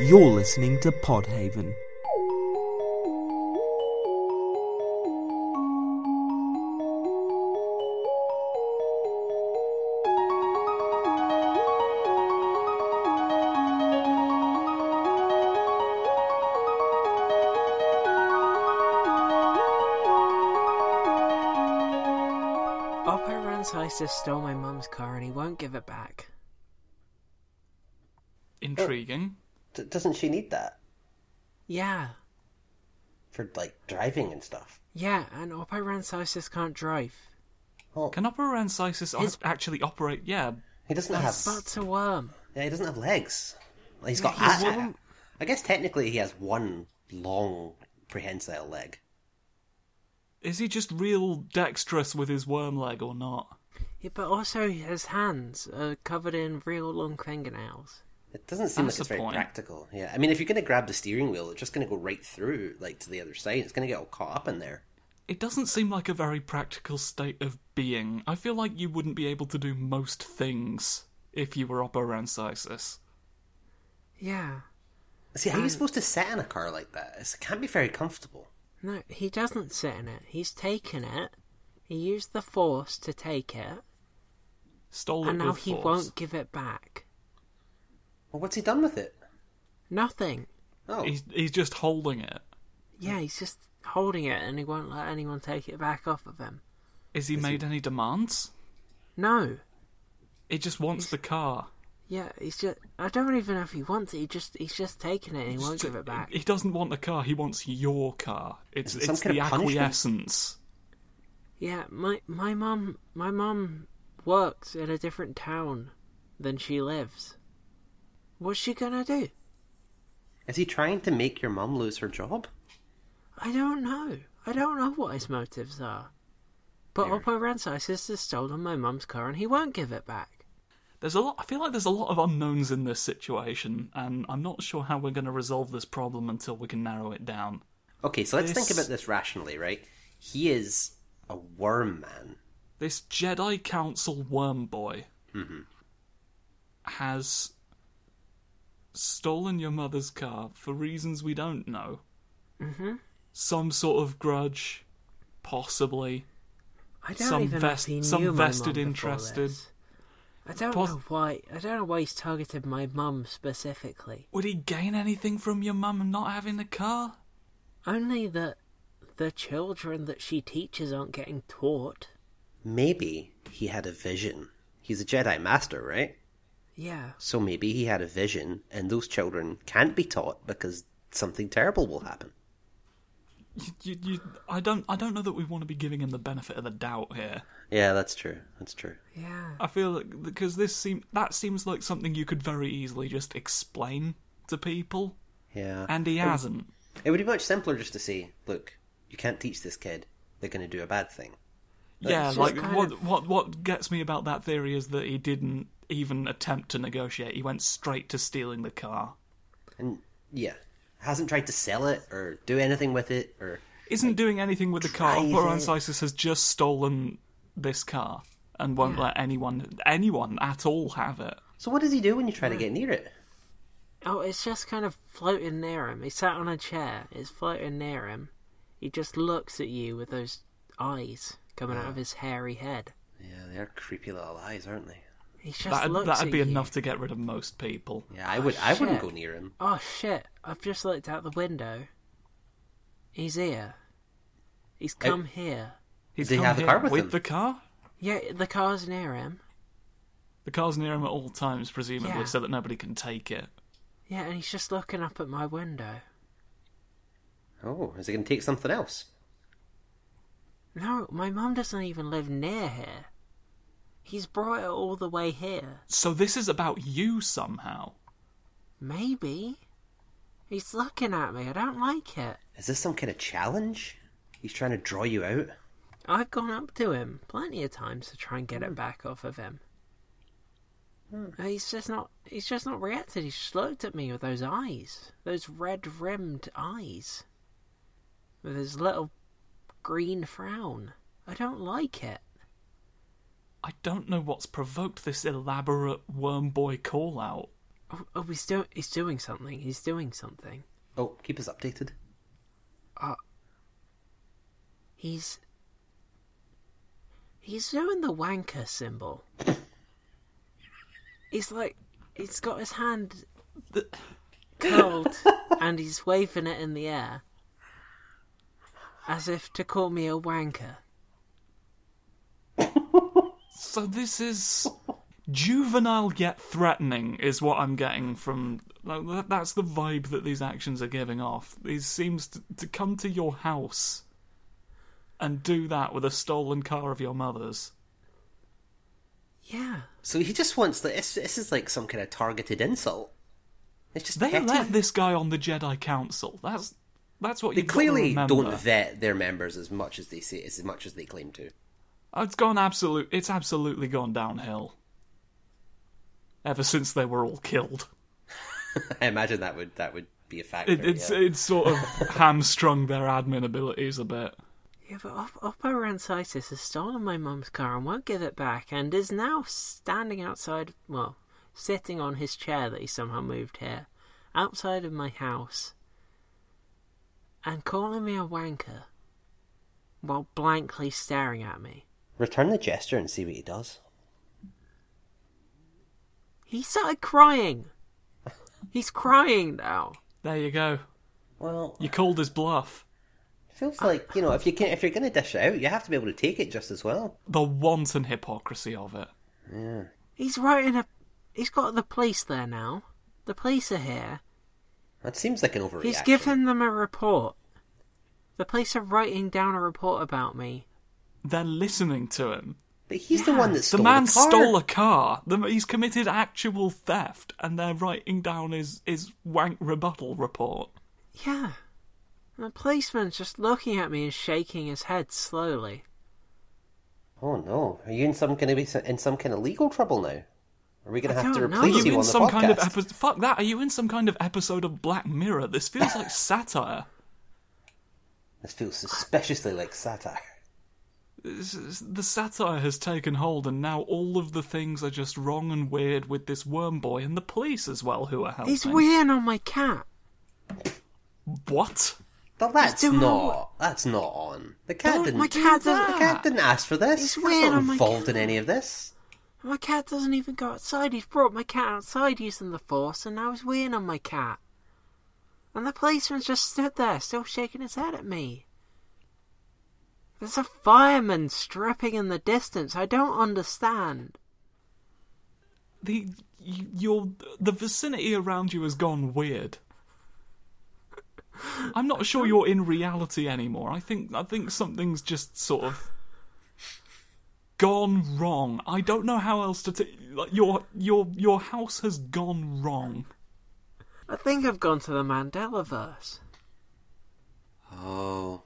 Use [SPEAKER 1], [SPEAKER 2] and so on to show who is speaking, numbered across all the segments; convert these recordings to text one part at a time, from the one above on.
[SPEAKER 1] You're listening to Podhaven.
[SPEAKER 2] Oppo Rancisis stole my mum's car and he won't give it back.
[SPEAKER 3] Intriguing.
[SPEAKER 4] D- doesn't she need that
[SPEAKER 2] Yeah,
[SPEAKER 4] for like driving and stuff?
[SPEAKER 2] yeah, and Oppo Rancisis can't drive.
[SPEAKER 4] Well,
[SPEAKER 3] Can Opera Rancisis
[SPEAKER 2] His-
[SPEAKER 3] op- actually operate? Yeah.
[SPEAKER 4] he doesn't have.
[SPEAKER 2] Butt's a worm.
[SPEAKER 4] Yeah, he doesn't have legs. Like, He's got.
[SPEAKER 2] He's
[SPEAKER 4] a-
[SPEAKER 2] one-
[SPEAKER 4] I guess technically he has one long prehensile leg.
[SPEAKER 3] Is he just real dexterous with his worm leg or not?
[SPEAKER 2] Yeah, but also his hands are covered in real long fingernails.
[SPEAKER 4] It doesn't seem
[SPEAKER 3] That's
[SPEAKER 4] like it's
[SPEAKER 3] the
[SPEAKER 4] very
[SPEAKER 3] point.
[SPEAKER 4] practical. Yeah, I mean, if you're going to grab the steering wheel, it's just going to go right through, like to the other side. It's going to get all caught up in there.
[SPEAKER 3] It doesn't seem like a very practical state of being. I feel like you wouldn't be able to do most things if you were Opera Rancisis.
[SPEAKER 2] Yeah,
[SPEAKER 4] See, how are you
[SPEAKER 2] Um,
[SPEAKER 4] supposed to sit in a car like that? It's- It can't be very comfortable.
[SPEAKER 2] no, he doesn't sit in it. He's taken it. He used the force to take it,
[SPEAKER 3] Stole
[SPEAKER 2] and
[SPEAKER 3] it
[SPEAKER 2] now
[SPEAKER 3] with
[SPEAKER 2] he
[SPEAKER 3] force.
[SPEAKER 2] won't give it back.
[SPEAKER 4] Well, what's he done with it?
[SPEAKER 2] Nothing.
[SPEAKER 4] Oh,
[SPEAKER 3] He's, he's just holding it.
[SPEAKER 2] Yeah, he's just holding it, and he won't let anyone take it back off of him.
[SPEAKER 3] Is he made any demands?
[SPEAKER 2] No.
[SPEAKER 3] It just wants the car.
[SPEAKER 2] Yeah, he's just. I don't even know if he wants it. He just. He's just taking it. and He won't
[SPEAKER 3] Just-
[SPEAKER 2] give it back.
[SPEAKER 3] He doesn't want the car. He wants your car. It's
[SPEAKER 4] Is it some
[SPEAKER 3] it's
[SPEAKER 4] kind
[SPEAKER 3] the
[SPEAKER 4] of punishment?
[SPEAKER 3] acquiescence.
[SPEAKER 2] Yeah, my my mum. My mum works in a different town than she lives. What's she gonna do?
[SPEAKER 4] is he trying to make your mum lose her job?
[SPEAKER 2] I don't know. I don't know what his motives are. But
[SPEAKER 4] Fair.
[SPEAKER 2] Oppo Rancisis has stolen my mum's car and he won't give it back.
[SPEAKER 3] There's a lot. I feel like there's a lot of unknowns in this situation, and I'm not sure how we're going to resolve this problem until we can narrow it down.
[SPEAKER 4] Okay, so let's think
[SPEAKER 3] This-
[SPEAKER 4] about this rationally, right? He is a worm man.
[SPEAKER 3] This Jedi Council Worm Boy has stolen your mother's car for reasons we don't know.
[SPEAKER 2] hmm
[SPEAKER 3] Some sort of grudge, possibly.
[SPEAKER 2] I don't
[SPEAKER 3] Some
[SPEAKER 2] even
[SPEAKER 3] vest-
[SPEAKER 2] know if he
[SPEAKER 3] some
[SPEAKER 2] knew my
[SPEAKER 3] vested
[SPEAKER 2] mum before
[SPEAKER 3] interested-
[SPEAKER 2] this. I don't
[SPEAKER 3] Pos-
[SPEAKER 2] know why. I don't know why he's targeted my mum specifically.
[SPEAKER 3] Would he gain anything from your mum and not having the car?
[SPEAKER 2] Only that the children that she teaches aren't getting taught.
[SPEAKER 4] Maybe he had a vision. He's a Jedi master, right?
[SPEAKER 2] Yeah.
[SPEAKER 4] So maybe he had a vision, and those children can't be taught because something terrible will happen.
[SPEAKER 3] You, you, you, I don't. I don't know that we want to be giving him the benefit of the doubt here.
[SPEAKER 4] Yeah, that's true. That's true.
[SPEAKER 2] Yeah.
[SPEAKER 3] I feel like because this seem that seems like something you could very easily just explain to people,
[SPEAKER 4] Yeah.
[SPEAKER 3] and he hasn't.
[SPEAKER 4] It would be much simpler just to say, look, you can't teach this kid. They're going to do a bad thing.
[SPEAKER 3] Yeah,
[SPEAKER 2] It's just
[SPEAKER 3] like
[SPEAKER 2] kind
[SPEAKER 3] what
[SPEAKER 2] of-
[SPEAKER 3] what what gets me about that theory is that he didn't even attempt to negotiate. He went straight to stealing the car.
[SPEAKER 4] And yeah, hasn't tried to sell it or do anything with it or.
[SPEAKER 3] Isn't doing anything with the car.
[SPEAKER 4] drive
[SPEAKER 3] Oberon
[SPEAKER 4] it.
[SPEAKER 3] Sisis has just stolen this car and won't
[SPEAKER 2] Yeah.
[SPEAKER 3] let anyone anyone at all have it.
[SPEAKER 4] So what does he do when you try to
[SPEAKER 3] Hmm.
[SPEAKER 4] get near it?
[SPEAKER 2] Oh, it's just kind of floating near him. He sat on a chair. It's floating near him. He just looks at you with those eyes coming out of his hairy head.
[SPEAKER 4] Yeah, they are creepy little eyes, aren't they?
[SPEAKER 2] He just
[SPEAKER 3] That
[SPEAKER 2] looks
[SPEAKER 3] that'd
[SPEAKER 2] at
[SPEAKER 3] be
[SPEAKER 2] you.
[SPEAKER 3] enough to get rid of most people.
[SPEAKER 4] Yeah, I would. I wouldn't
[SPEAKER 2] shit.
[SPEAKER 4] go near him.
[SPEAKER 2] Oh shit! I've just looked out the window. He's here. He's come here.
[SPEAKER 3] He's
[SPEAKER 4] Did he
[SPEAKER 3] come
[SPEAKER 4] have the
[SPEAKER 3] here
[SPEAKER 4] car with him?
[SPEAKER 3] the car.
[SPEAKER 2] Yeah, the car's near him.
[SPEAKER 3] The car's near him at all times, presumably,
[SPEAKER 2] Yeah.
[SPEAKER 3] so that nobody can take it.
[SPEAKER 2] Yeah, and he's just looking up at my window.
[SPEAKER 4] Oh, is he going to take something else?
[SPEAKER 2] No, my mum doesn't even live near here. He's brought it all the way here.
[SPEAKER 3] So this is about you somehow.
[SPEAKER 2] Maybe. He's looking at me. I don't like it.
[SPEAKER 4] Is this some kind of challenge? He's trying to draw you out.
[SPEAKER 2] I've gone up to him plenty of times to try and get it back off of him. Uh, He's just not. He's just not reacted. He's just looked at me with those eyes, those red-rimmed eyes, with his little green frown. I don't like it.
[SPEAKER 3] I don't know what's provoked this elaborate worm boy call out.
[SPEAKER 2] Oh, oh he's doing he's doing something. He's doing something.
[SPEAKER 4] Oh, keep us updated.
[SPEAKER 2] He's he's doing the wanker symbol. he's like he's got his hand curled and he's waving it in the air as if to call me a wanker.
[SPEAKER 3] So this is juvenile yet threatening, is what I'm getting from. that- That's the vibe that these actions are giving off. He seems to, to come to your house and do that with a stolen car of your mother's.
[SPEAKER 2] Yeah.
[SPEAKER 4] So he just wants like this. This is like some kind of targeted insult. It's just
[SPEAKER 3] They
[SPEAKER 4] petty.
[SPEAKER 3] let this guy on the Jedi Council. That's that's what
[SPEAKER 4] They
[SPEAKER 3] you
[SPEAKER 4] clearly
[SPEAKER 3] remember.
[SPEAKER 4] don't vet their members as much as they say as much as they claim to.
[SPEAKER 3] Oh, It's gone absolute. It's absolutely gone downhill. Ever since they were all killed,
[SPEAKER 4] I imagine that would that would be a factor.
[SPEAKER 3] it, it's
[SPEAKER 4] yeah.
[SPEAKER 3] it's sort of hamstrung their admin abilities a bit.
[SPEAKER 2] Yeah, but Op- Oppo Rancitis has stolen my mum's car and won't give it back and is now standing outside, well, sitting on his chair that he somehow moved here, outside of my house, and calling me a wanker while blankly staring at me.
[SPEAKER 4] Return the gesture and see what he does.
[SPEAKER 2] He started crying! He's crying now!
[SPEAKER 3] There you go.
[SPEAKER 4] Well,
[SPEAKER 3] You called his bluff.
[SPEAKER 4] feels
[SPEAKER 3] Ah.
[SPEAKER 4] like you know if you can if you're going to dish it out, you have to be able to take it just as well.
[SPEAKER 3] The wanton hypocrisy of it.
[SPEAKER 2] He's writing a. He's got the police there now. The police are here.
[SPEAKER 4] That seems like an overreaction.
[SPEAKER 2] He's given them a report. The police are writing down a report about me.
[SPEAKER 3] They're listening to him.
[SPEAKER 4] but he's the one that
[SPEAKER 3] The
[SPEAKER 4] stole
[SPEAKER 3] man
[SPEAKER 4] the car.
[SPEAKER 3] stole a car. The, he's committed actual theft, and they're writing down his, his wank rebuttal report.
[SPEAKER 2] Yeah. And the policeman's just looking at me and shaking his head slowly.
[SPEAKER 4] Oh no! Are you in some kind of in some kind of legal trouble now? Are we going to
[SPEAKER 2] I
[SPEAKER 4] have to
[SPEAKER 2] don't know.
[SPEAKER 3] Are
[SPEAKER 4] replace
[SPEAKER 3] you
[SPEAKER 4] you,
[SPEAKER 3] in
[SPEAKER 4] on the
[SPEAKER 3] some
[SPEAKER 4] podcast?
[SPEAKER 3] kind of episode? Fuck that! Are you in some kind of episode of Black Mirror? This feels like satire.
[SPEAKER 4] This feels suspiciously like satire.
[SPEAKER 3] This is- The satire has taken hold, and now all of the things are just wrong and weird with this worm boy and the police as well, who are helping.
[SPEAKER 2] He's weighing on my cat.
[SPEAKER 3] What?
[SPEAKER 4] Well, that's
[SPEAKER 2] doing
[SPEAKER 4] not.
[SPEAKER 2] all-
[SPEAKER 4] That's not on. The cat
[SPEAKER 2] Don't-
[SPEAKER 4] didn't.
[SPEAKER 2] my cat
[SPEAKER 4] do
[SPEAKER 2] doesn't-
[SPEAKER 4] The cat didn't ask for this.
[SPEAKER 2] He's
[SPEAKER 4] He's
[SPEAKER 2] weird
[SPEAKER 4] not
[SPEAKER 2] on my
[SPEAKER 4] involved in
[SPEAKER 2] cat.
[SPEAKER 4] any of this.
[SPEAKER 2] My cat doesn't even go outside. He's brought my cat outside using the force, and now he's weighing on my cat. And the policeman's just stood there, still shaking his head at me. There's a fireman stripping in the distance. I don't understand.
[SPEAKER 3] The y- your the vicinity around you has gone weird. I'm not sure you're in reality anymore. I think I think something's just sort of gone wrong. I don't know how else to t- like your your your house has gone wrong.
[SPEAKER 2] I think I've gone to the Mandelaverse,
[SPEAKER 4] Oh,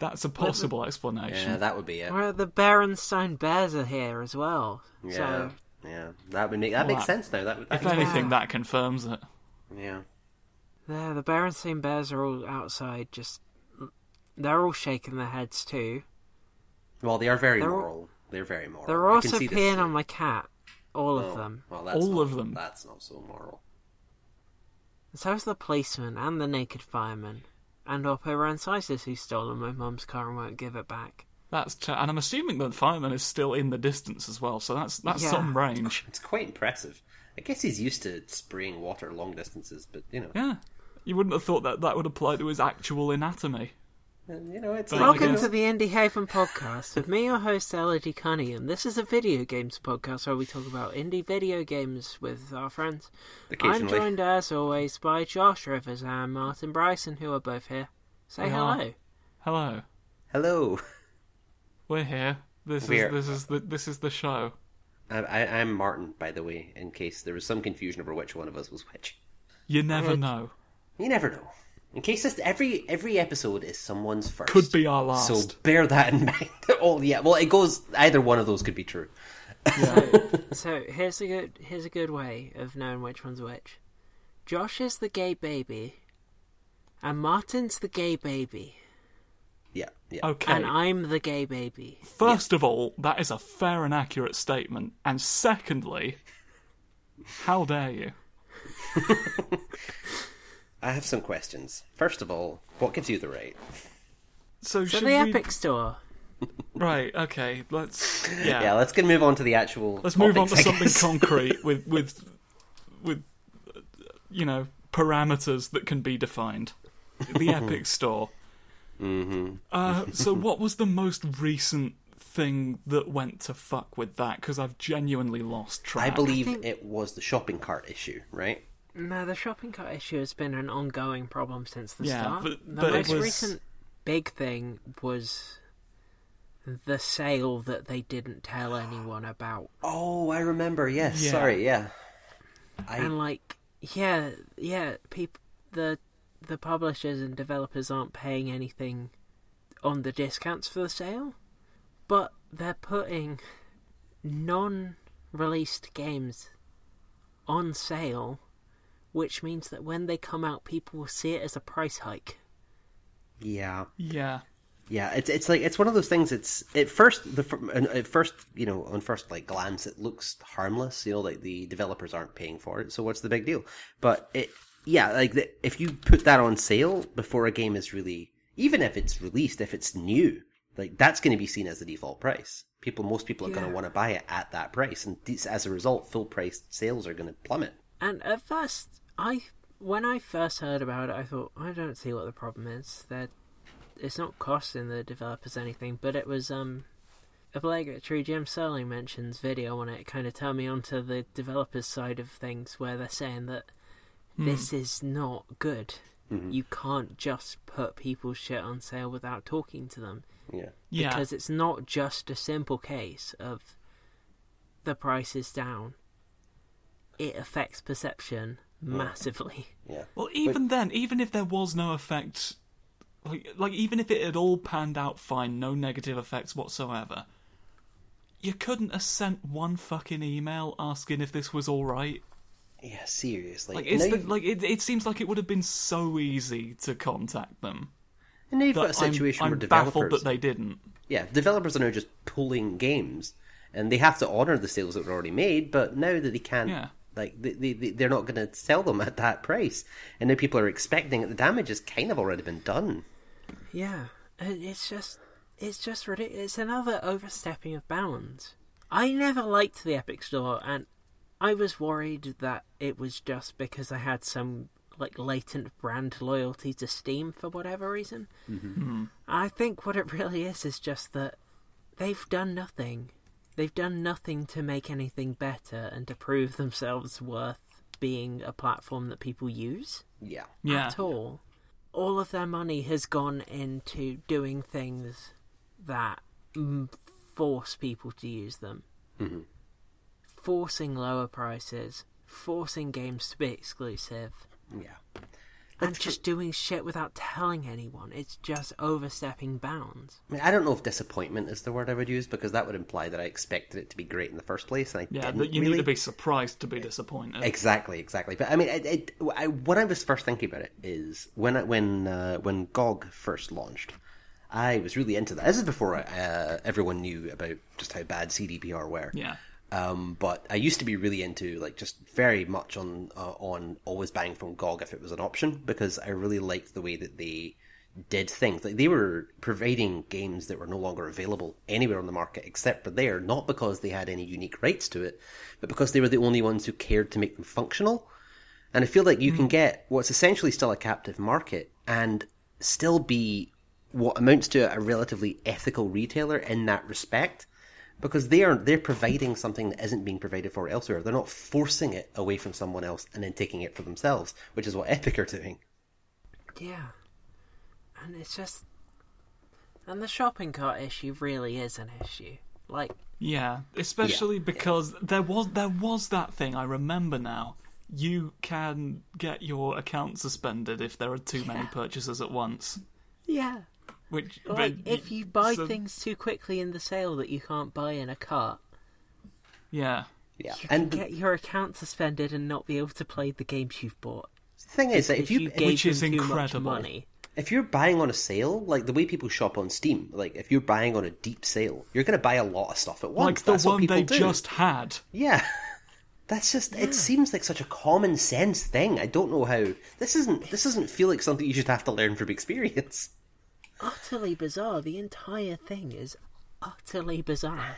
[SPEAKER 3] That's a possible explanation.
[SPEAKER 4] yeah, that would be it.
[SPEAKER 2] where the Berenstain Bears are here as well.
[SPEAKER 4] Yeah,
[SPEAKER 2] So
[SPEAKER 4] yeah, that would make that
[SPEAKER 3] Well,
[SPEAKER 4] makes
[SPEAKER 3] that-
[SPEAKER 4] sense now. That would. That
[SPEAKER 3] if
[SPEAKER 4] makes
[SPEAKER 3] anything, that confirms it.
[SPEAKER 4] yeah.
[SPEAKER 2] There, the Berenstain Bears are all outside, just. They're all shaking their heads too.
[SPEAKER 4] Well, they are very
[SPEAKER 2] They're all-
[SPEAKER 4] moral. They're very moral.
[SPEAKER 2] They're
[SPEAKER 4] I can
[SPEAKER 2] also
[SPEAKER 4] see this.
[SPEAKER 2] peeing on my cat. All
[SPEAKER 4] Oh,
[SPEAKER 2] of them.
[SPEAKER 4] Well, that's
[SPEAKER 3] All
[SPEAKER 4] not-
[SPEAKER 3] of them.
[SPEAKER 4] That's not so moral.
[SPEAKER 2] And So is the policeman and the naked fireman. And Oppo Rancisis, who's stolen my mum's car and won't give it back.
[SPEAKER 3] That's t- and I'm assuming that the fireman is still in the distance as well. So that's that's
[SPEAKER 2] Yeah.
[SPEAKER 3] some range.
[SPEAKER 4] It's quite impressive. I guess he's used to spraying water long distances, but you know,
[SPEAKER 3] Yeah, you wouldn't have thought that that would apply to his actual anatomy.
[SPEAKER 4] you know, it's
[SPEAKER 3] But
[SPEAKER 4] like,
[SPEAKER 3] I
[SPEAKER 2] Welcome
[SPEAKER 3] guess-
[SPEAKER 2] to the Indie Haven podcast with me, your host, Elodie Cunningham. This is a video games podcast where we talk about indie video games with our friends. I'm
[SPEAKER 4] Occasionally.
[SPEAKER 2] joined, as always, by Josh Rivers and Martin Bryson, who are both here. Say
[SPEAKER 3] We are.
[SPEAKER 2] hello.
[SPEAKER 3] Hello.
[SPEAKER 4] hello.
[SPEAKER 3] We're here. This
[SPEAKER 4] We're-
[SPEAKER 3] is this is the this is the show.
[SPEAKER 4] I, I, I'm Martin, by the way, in case there was some confusion over which one of us was which.
[SPEAKER 3] You never know.
[SPEAKER 4] You never know. In case this every every episode is someone's first,
[SPEAKER 3] Could be our last.
[SPEAKER 4] So bear that in mind. oh yeah, well it goes either one of those could be true.
[SPEAKER 2] So here's a good here's a good way of knowing which one's which. Josh is the gay baby, and Martin's the gay baby,
[SPEAKER 4] Yeah, yeah.
[SPEAKER 3] okay.
[SPEAKER 2] and I'm the gay baby.
[SPEAKER 3] First of all, that is a fair and accurate statement. And secondly, how dare you?
[SPEAKER 4] I have some questions. First of all, what gives you the right?
[SPEAKER 3] So
[SPEAKER 2] So
[SPEAKER 3] should
[SPEAKER 2] the
[SPEAKER 3] we?
[SPEAKER 2] Epic Store.
[SPEAKER 3] Right. Okay. Let's. Yeah.
[SPEAKER 4] Yeah, let's get move on to the actual.
[SPEAKER 3] let's move on
[SPEAKER 4] topics,
[SPEAKER 3] to
[SPEAKER 4] I
[SPEAKER 3] something
[SPEAKER 4] guess.
[SPEAKER 3] concrete with with with uh, you know parameters that can be defined. The Epic Store. Mm-hmm. Uh, so what was the most recent thing that went to fuck with that? Because I've genuinely lost
[SPEAKER 4] I
[SPEAKER 3] track.
[SPEAKER 4] believe
[SPEAKER 2] think-
[SPEAKER 4] it was the shopping cart issue, right?
[SPEAKER 2] No, the shopping cart issue has been an ongoing problem since the
[SPEAKER 3] Yeah,
[SPEAKER 2] start.
[SPEAKER 3] but-
[SPEAKER 2] the
[SPEAKER 3] but it
[SPEAKER 2] most
[SPEAKER 3] was-
[SPEAKER 2] recent big thing was the sale that they didn't tell anyone about.
[SPEAKER 4] Oh, I remember. Yes.
[SPEAKER 3] Yeah.
[SPEAKER 4] Sorry. Yeah. I
[SPEAKER 2] and like yeah yeah people the the publishers and developers aren't paying anything on the discounts for the sale but they're putting non released games on sale which means that when they come out people will see it as a price hike
[SPEAKER 4] yeah.
[SPEAKER 3] Yeah.
[SPEAKER 4] Yeah, it's it's like it's one of those things. It's at first the fir- and at first you know on first like glance it looks harmless. You know, like the developers aren't paying for it, so what's the big deal? But it yeah, like the, if you put that on sale before a game is really even if it's released, if it's new, like that's going to be seen as the default price. People, most people are going
[SPEAKER 2] Yeah.
[SPEAKER 4] to want to buy it at that price, and these, as a result, full price sales are going to plummet.
[SPEAKER 2] And at first, I when I first heard about it, I thought I don't see what the problem is. That it's not costing the developers anything, but it was um obligatory. Jim Sterling mentions video on it, kind of turned me onto the developers' side of things, where they're saying that this is not good. You can't just put people's shit on sale without talking to them
[SPEAKER 4] Yeah,
[SPEAKER 3] Yeah.
[SPEAKER 2] because it's not just a simple case of the price is down. It affects perception massively.
[SPEAKER 4] yeah,
[SPEAKER 3] Well, even then, even if there was no effect, like like even if it had all panned out fine, no negative effects whatsoever, you couldn't have sent one fucking email asking if this was all right.
[SPEAKER 4] yeah. Seriously,
[SPEAKER 3] Like it's
[SPEAKER 4] Now
[SPEAKER 3] the,
[SPEAKER 4] you-
[SPEAKER 3] like it, it seems like it would have been so easy to contact them.
[SPEAKER 4] and now you've got a
[SPEAKER 3] But I'm,
[SPEAKER 4] situation
[SPEAKER 3] I'm
[SPEAKER 4] where developers
[SPEAKER 3] baffled that they didn't.
[SPEAKER 4] yeah, developers are now just pulling games, and they have to honor the sales that were already made. But now that they can't,
[SPEAKER 3] Yeah.
[SPEAKER 4] like they, they they- they're not going to sell them at that price, and now people are expecting that the damage has kind of already been done.
[SPEAKER 2] Yeah, and it's just it's just ridiculous. It's another overstepping of bounds. I never liked the Epic Store, and I was worried that it was just because I had some like latent brand loyalty to Steam for whatever reason. I think what it really is is just that they've done nothing. They've done nothing to make anything better and to prove themselves worth being a platform that people use
[SPEAKER 4] Yeah,
[SPEAKER 3] Yeah,
[SPEAKER 2] at all. All of their money has gone into doing things that mm, force people to use them, forcing lower prices, forcing games to be exclusive,
[SPEAKER 4] yeah.
[SPEAKER 2] and just doing shit without telling anyone. It's just overstepping bounds.
[SPEAKER 4] I, mean, I don't know if disappointment is the word I would use because that would imply that I expected it to be great in the first place, and I
[SPEAKER 3] yeah.
[SPEAKER 4] didn't
[SPEAKER 3] But you
[SPEAKER 4] really.
[SPEAKER 3] need to be surprised to be disappointed.
[SPEAKER 4] Exactly, exactly. But I mean, it, it, I, when I was first thinking about it is when I, when uh, when GOG first launched, I was really into that. This is before uh, everyone knew about just how bad CDPR were.
[SPEAKER 3] Yeah.
[SPEAKER 4] Um, but I used to be really into like just very much on uh, on always buying from GOG if it was an option because I really liked the way that they did things. Like they were providing games that were no longer available anywhere on the market except for there, not because they had any unique rights to it, but because they were the only ones who cared to make them functional. And I feel like you can get what's essentially still a captive market and still be what amounts to a relatively ethical retailer in that respect because they are they're providing something that isn't being provided for elsewhere. They're not forcing it away from someone else and then taking it for themselves, which is what Epic are doing.
[SPEAKER 2] Yeah. And it's just. And the shopping cart issue really is an issue. Like,
[SPEAKER 3] Yeah, especially because there was there was that thing I remember now. You can get your account suspended if there are too many
[SPEAKER 2] Yeah.
[SPEAKER 3] purchases at once.
[SPEAKER 2] yeah.
[SPEAKER 3] Which
[SPEAKER 2] Like,
[SPEAKER 3] but-
[SPEAKER 2] if you buy
[SPEAKER 3] so-
[SPEAKER 2] things too quickly in the sale that you can't buy in a cart,
[SPEAKER 3] yeah,
[SPEAKER 4] Yeah,
[SPEAKER 2] you can
[SPEAKER 4] and the
[SPEAKER 2] get your account suspended and not be able to play the games you've bought
[SPEAKER 4] thing is that if you,
[SPEAKER 2] gave
[SPEAKER 3] Which is
[SPEAKER 2] them too
[SPEAKER 3] incredible.
[SPEAKER 2] much money.
[SPEAKER 4] if you're buying on a sale, like the way people shop on Steam, like if you're buying on a deep sale, you're going to buy a lot of stuff at once.
[SPEAKER 3] like the
[SPEAKER 4] That's what
[SPEAKER 3] one
[SPEAKER 4] people
[SPEAKER 3] they
[SPEAKER 4] do.
[SPEAKER 3] just had.
[SPEAKER 4] yeah. That's just it seems like such a common sense thing. I don't know how this isn't this doesn't feel like something you should have to learn from experience.
[SPEAKER 2] Utterly bizarre. The entire thing is utterly bizarre.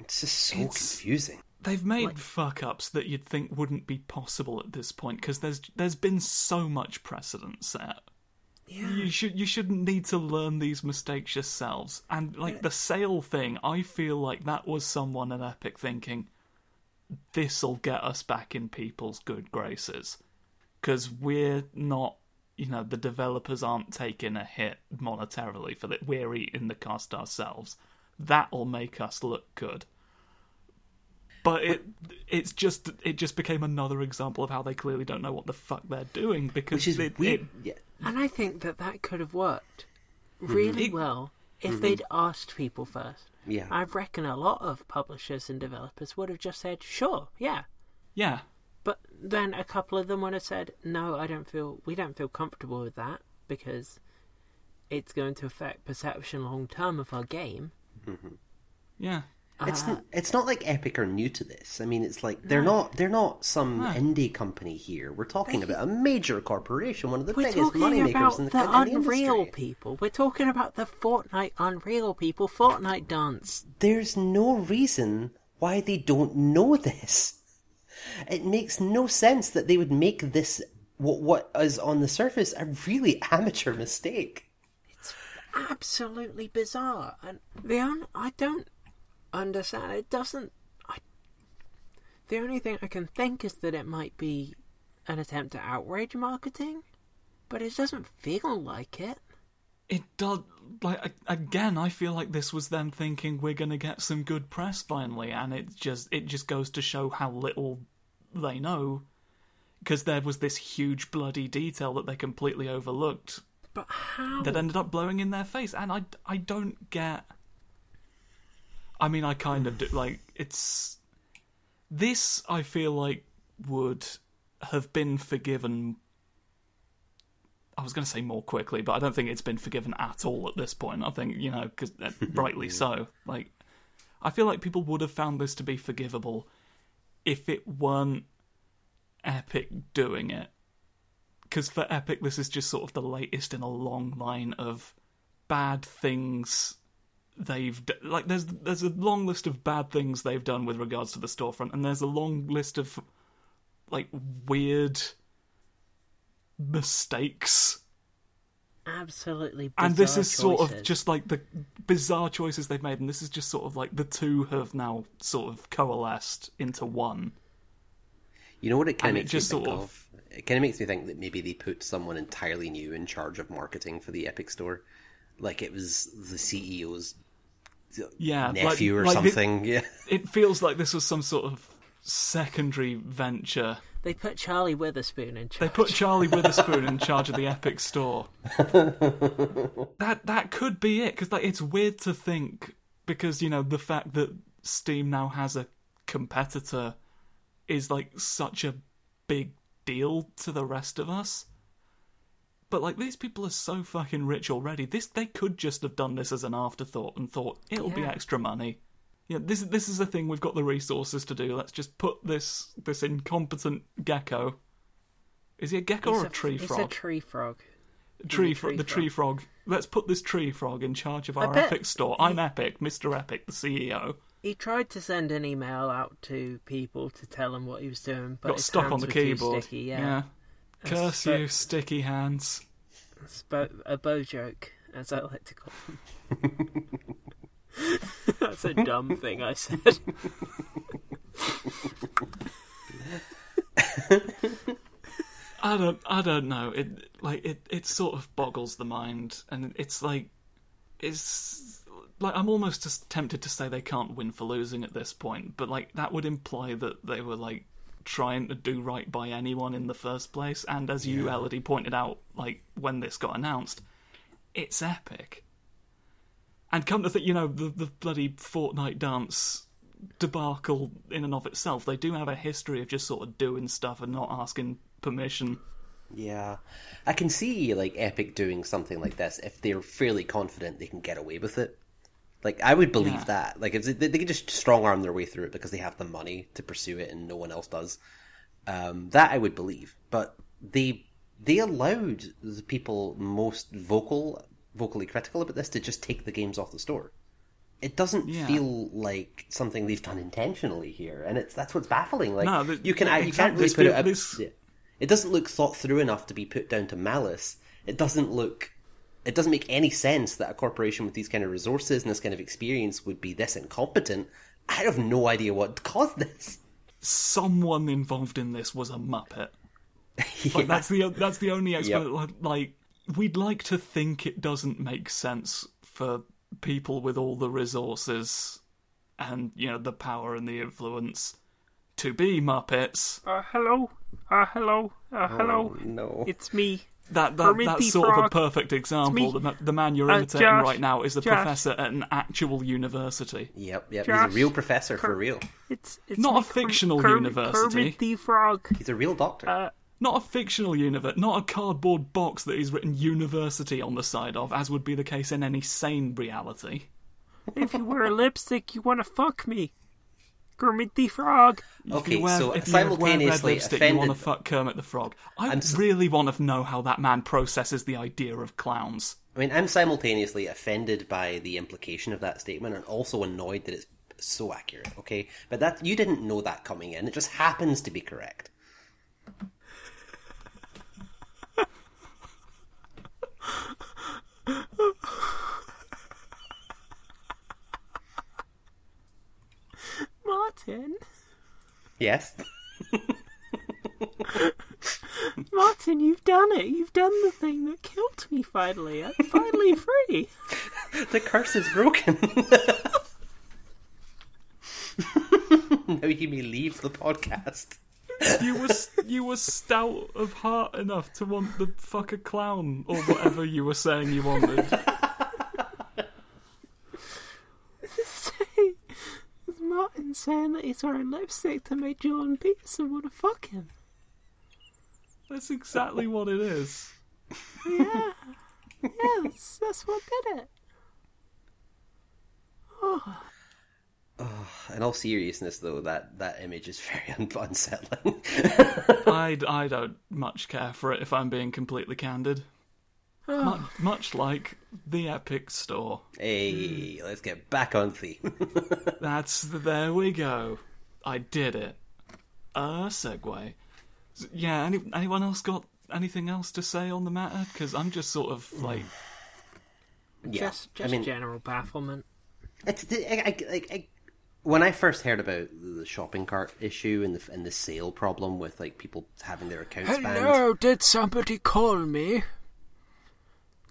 [SPEAKER 4] It's just so
[SPEAKER 3] It's-
[SPEAKER 4] confusing.
[SPEAKER 3] They've made fuck ups that you'd think wouldn't be possible at this point because there's there's been so much precedent set. You should you shouldn't need to learn these mistakes yourselves. And like the sale thing, I feel like that was someone at Epic thinking, this'll get us back in people's good graces because we're not. You know, the developers aren't taking a hit monetarily for that. We're eating the cost ourselves. That'll make us look good but it it's just it just became another example of how they clearly don't know what the fuck they're doing because
[SPEAKER 4] Which is
[SPEAKER 3] it,
[SPEAKER 4] weird.
[SPEAKER 3] it-
[SPEAKER 4] yeah.
[SPEAKER 2] And I think that that could have worked
[SPEAKER 4] Mm-hmm.
[SPEAKER 2] really
[SPEAKER 3] It-
[SPEAKER 2] well if they'd asked people first.
[SPEAKER 4] Yeah.
[SPEAKER 2] I reckon a lot of publishers and developers would have just said, sure, yeah.
[SPEAKER 3] yeah
[SPEAKER 2] But then a couple of them would have said, no, I don't feel, we don't feel comfortable with that because it's going to affect perception long term of our game.
[SPEAKER 3] yeah
[SPEAKER 4] It's
[SPEAKER 2] uh,
[SPEAKER 4] n it's not like Epic are new to this. I mean, it's like they're not they're not some indie company here. We're talking about a major corporation, one of the
[SPEAKER 2] We're
[SPEAKER 4] biggest money
[SPEAKER 2] talking
[SPEAKER 4] makers
[SPEAKER 2] about
[SPEAKER 4] in
[SPEAKER 2] the,
[SPEAKER 4] the, co- in the
[SPEAKER 2] Unreal
[SPEAKER 4] industry.
[SPEAKER 2] people. We're talking about the Fortnite Unreal people, Fortnite dance.
[SPEAKER 4] There's no reason why they don't know this. It makes no sense that they would make this what what is on the surface a really amateur mistake.
[SPEAKER 2] absolutely bizarre and the un- I don't understand it doesn't I the only thing I can think is that it might be an attempt at outrage marketing but it doesn't feel like it
[SPEAKER 3] it does like a- again i feel like this was them thinking we're going to get some good press finally and it just it just goes to show how little they know because there was this huge bloody detail that they completely overlooked
[SPEAKER 2] but how
[SPEAKER 3] that ended up blowing in their face and i i don't get i mean i kind of do like it's this i feel like would have been forgiven i was going to say more quickly but i don't think it's been forgiven at all at this point i think you know because rightly so like i feel like people would have found this to be forgivable if it weren't epic doing it because for Epic, this is just sort of the latest in a long line of bad things they've d- like. There's there's a long list of bad things they've done with regards to the storefront, and there's a long list of like weird mistakes.
[SPEAKER 2] absolutely bizarre
[SPEAKER 3] And this is sort of
[SPEAKER 2] choices.
[SPEAKER 3] just like the bizarre choices they've made, and this is just sort of like the two have now sort of coalesced into one.
[SPEAKER 4] You know what it kind
[SPEAKER 3] And
[SPEAKER 4] of
[SPEAKER 3] it
[SPEAKER 4] makes
[SPEAKER 3] just
[SPEAKER 4] me think
[SPEAKER 3] sort
[SPEAKER 4] of?
[SPEAKER 3] of-
[SPEAKER 4] It kind of makes me think that maybe they put someone entirely new in charge of marketing for the Epic Store, like it was the CEO's
[SPEAKER 3] Yeah, like-
[SPEAKER 4] nephew or
[SPEAKER 3] Uh, like the-
[SPEAKER 4] something. Yeah,
[SPEAKER 3] it feels like this was some sort of secondary venture
[SPEAKER 2] they put Charlie Witherspoon
[SPEAKER 3] They
[SPEAKER 2] in charge
[SPEAKER 3] put Charlie Witherspoon in charge of the Epic Store. that that could be it because like it's weird to think because you know the fact that Steam now has a competitor is like such a big deal to the rest of us. But like these people are so fucking rich already. This they could just have done this as an afterthought and thought it'll be
[SPEAKER 2] Yeah.
[SPEAKER 3] extra money. Yeah, this this is a thing we've got the resources to do. Let's just put this this incompetent gecko. Is he a gecko
[SPEAKER 2] It's
[SPEAKER 3] or a, tree
[SPEAKER 2] it's
[SPEAKER 3] frog?
[SPEAKER 2] a tree frog
[SPEAKER 3] tree,
[SPEAKER 2] a
[SPEAKER 3] fro-
[SPEAKER 2] tree
[SPEAKER 3] the tree frog. Let's put this tree frog in charge of our
[SPEAKER 2] bet-
[SPEAKER 3] Epic store. I'm Epic, Mr. Epic, the E CEO.
[SPEAKER 2] he tried to send an email out to people to tell him what he was doing but
[SPEAKER 3] Got
[SPEAKER 2] his
[SPEAKER 3] stuck on
[SPEAKER 2] hands
[SPEAKER 3] the
[SPEAKER 2] were too
[SPEAKER 3] keyboard.
[SPEAKER 2] sticky,
[SPEAKER 3] Curse
[SPEAKER 2] so-
[SPEAKER 3] you, sticky hands.
[SPEAKER 2] It's bo- a bow joke, as I like to call them. That's a dumb thing I said.
[SPEAKER 3] I don't I don't know. It like it it sort of boggles the mind and it's like it's like I'm almost just tempted to say they can't win for losing at this point, but like that would imply that they were like trying to do right by anyone in the first place and as you Elodie pointed out like when this got announced, it's epic. And come to think, you know, the the bloody Fortnite dance debacle in and of itself. They do have a history of just sort of doing stuff and not asking permission.
[SPEAKER 4] yeah. I can see like Epic doing something like this if they're fairly confident they can get away with it. Like I would believe
[SPEAKER 3] Yeah.
[SPEAKER 4] that. Like if they, they could just strong arm their way through it because they have the money to pursue it and no one else does. Um, that I would believe, but they they allowed the people most vocal, vocally critical about this to just take the games off the store. It doesn't
[SPEAKER 3] Yeah.
[SPEAKER 4] feel like something they've done intentionally here, and it's that's what's baffling. Like
[SPEAKER 3] No, th-
[SPEAKER 4] you can
[SPEAKER 3] yeah,
[SPEAKER 4] I you can't
[SPEAKER 3] exactly.
[SPEAKER 4] really put it up.
[SPEAKER 3] This-
[SPEAKER 4] yeah. It doesn't look thought through enough to be put down to malice. It doesn't look. It doesn't make any sense that a corporation with these kind of resources and this kind of experience would be this incompetent. I have no idea what caused this.
[SPEAKER 3] someone involved in this was a Muppet. Like that's the that's the only explanation. Like we'd like to think it doesn't make sense for people with all the resources and you know the power and the influence to be Muppets.
[SPEAKER 2] Uh, hello. Uh, hello. Uh, hello.
[SPEAKER 4] No.
[SPEAKER 2] It's me.
[SPEAKER 3] That, that
[SPEAKER 2] Kermit
[SPEAKER 3] that's
[SPEAKER 2] the
[SPEAKER 3] sort of a
[SPEAKER 2] Frog.
[SPEAKER 3] perfect example.
[SPEAKER 2] me.
[SPEAKER 3] The, ma- the man you're
[SPEAKER 2] Uh,
[SPEAKER 3] imitating
[SPEAKER 2] Josh.
[SPEAKER 3] right now is a
[SPEAKER 2] Josh.
[SPEAKER 3] professor at an actual university.
[SPEAKER 4] Yep, yep.
[SPEAKER 2] Josh,
[SPEAKER 4] He's a real professor for real.
[SPEAKER 2] It's, it's
[SPEAKER 3] Not
[SPEAKER 2] me,
[SPEAKER 3] a fictional
[SPEAKER 2] Kerm-
[SPEAKER 3] university.
[SPEAKER 2] Kermit the Frog.
[SPEAKER 4] He's a real doctor.
[SPEAKER 3] Uh, Not a fictional universe, not a cardboard box that he's written university on the side of, as would be the case in any sane reality.
[SPEAKER 2] If you wear lipstick, you want to fuck me. Kermit the Frog.
[SPEAKER 4] okay,
[SPEAKER 3] you wear,
[SPEAKER 4] so
[SPEAKER 3] if you wear red
[SPEAKER 4] simultaneously
[SPEAKER 3] lipstick, you want
[SPEAKER 4] offended.
[SPEAKER 3] to fuck Kermit the Frog. I
[SPEAKER 4] I'm s-
[SPEAKER 3] really want to know how that man processes the idea of clowns.
[SPEAKER 4] I mean, I'm simultaneously offended by the implication of that statement and also annoyed that it's so accurate. Okay, but that you didn't know that coming in. It just happens to be correct.
[SPEAKER 2] Martin.
[SPEAKER 4] Yes.
[SPEAKER 2] Martin, you've done it. You've done the thing that killed me finally. I'm finally free.
[SPEAKER 4] The curse is broken. now you may leave the podcast.
[SPEAKER 3] You were s- you were stout of heart enough to want the fuck a clown or whatever you were saying you wanted.
[SPEAKER 2] It's Martin saying that he's wearing lipstick to make Jordan Peterson want to fuck him.
[SPEAKER 3] That's exactly what it is.
[SPEAKER 2] Yeah. yeah, that's, that's what did it.
[SPEAKER 4] In all seriousness, though, that that image is very un- unsettling.
[SPEAKER 3] I, I don't much care for it if I'm being completely candid. much,
[SPEAKER 2] Ah.
[SPEAKER 3] much like the Epic Store.
[SPEAKER 4] hey, let's get back on theme.
[SPEAKER 3] That's there we go. I did it. Uh, segue. S- Yeah. Any, anyone else got anything else to say on the matter? Because I'm just sort of like,
[SPEAKER 4] Yeah,
[SPEAKER 2] Just, just general bafflement.
[SPEAKER 4] It's the- I, I, like I, when I first heard about the shopping cart issue and the and the sale problem with like people having their accounts banned.
[SPEAKER 2] did somebody call me?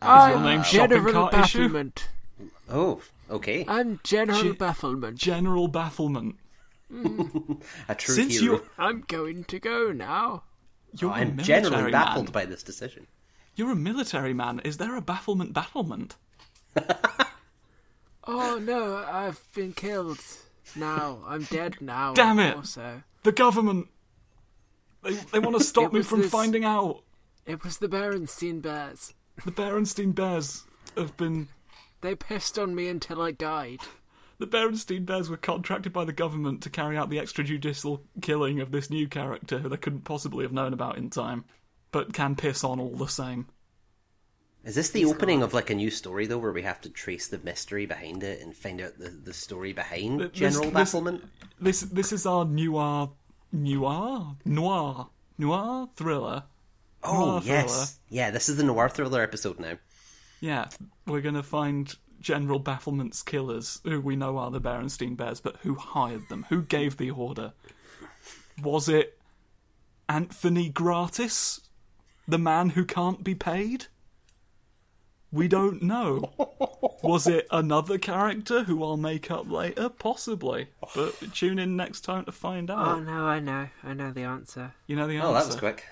[SPEAKER 3] your name shopping
[SPEAKER 2] General
[SPEAKER 3] cart issue?
[SPEAKER 2] bafflement.
[SPEAKER 4] Oh, okay,
[SPEAKER 2] I'm general
[SPEAKER 3] Ge-
[SPEAKER 2] bafflement.
[SPEAKER 3] General bafflement.
[SPEAKER 4] a true
[SPEAKER 3] Since
[SPEAKER 4] hero.
[SPEAKER 3] you
[SPEAKER 2] I'm going to go now.
[SPEAKER 3] you're a
[SPEAKER 4] Oh, I'm
[SPEAKER 3] military
[SPEAKER 4] generally baffled
[SPEAKER 3] man.
[SPEAKER 4] by this decision.
[SPEAKER 3] You're a military man. Is there a bafflement battlement?
[SPEAKER 2] Oh no, I've been killed. Now I'm dead. Now,
[SPEAKER 3] Damn it.
[SPEAKER 2] Also,
[SPEAKER 3] The government. They, they want to stop
[SPEAKER 2] It
[SPEAKER 3] me
[SPEAKER 2] was
[SPEAKER 3] from
[SPEAKER 2] this-
[SPEAKER 3] finding out.
[SPEAKER 2] it was the Berenstein Bears.
[SPEAKER 3] The Berenstein Bears have been.
[SPEAKER 2] They pissed on me until I died.
[SPEAKER 3] The Berenstein Bears were contracted by the government to carry out the extrajudicial killing of this new character who they couldn't possibly have known about in time, but can piss on all the same.
[SPEAKER 4] Is this the opening of like a new story though, where we have to trace the mystery behind it and find out the, the story behind
[SPEAKER 3] Th- this-
[SPEAKER 4] general
[SPEAKER 3] this-
[SPEAKER 4] bafflement?
[SPEAKER 3] This this is our noir, noir, noir, noir thriller.
[SPEAKER 4] Oh
[SPEAKER 3] noir thriller.
[SPEAKER 4] yes, yeah. This is the noir thriller episode now.
[SPEAKER 3] Yeah, we're gonna find General Bafflement's killers, who we know are the Berenstein Bears, but who hired them? Who gave the order? Was it Anthony Gratis, the man who can't be paid? We don't know. Was it another character who I'll make up later? Possibly. But tune in next time to find
[SPEAKER 2] Oh
[SPEAKER 3] out.
[SPEAKER 2] no, I know, I know the answer.
[SPEAKER 3] You know the answer.
[SPEAKER 4] Oh, that was quick.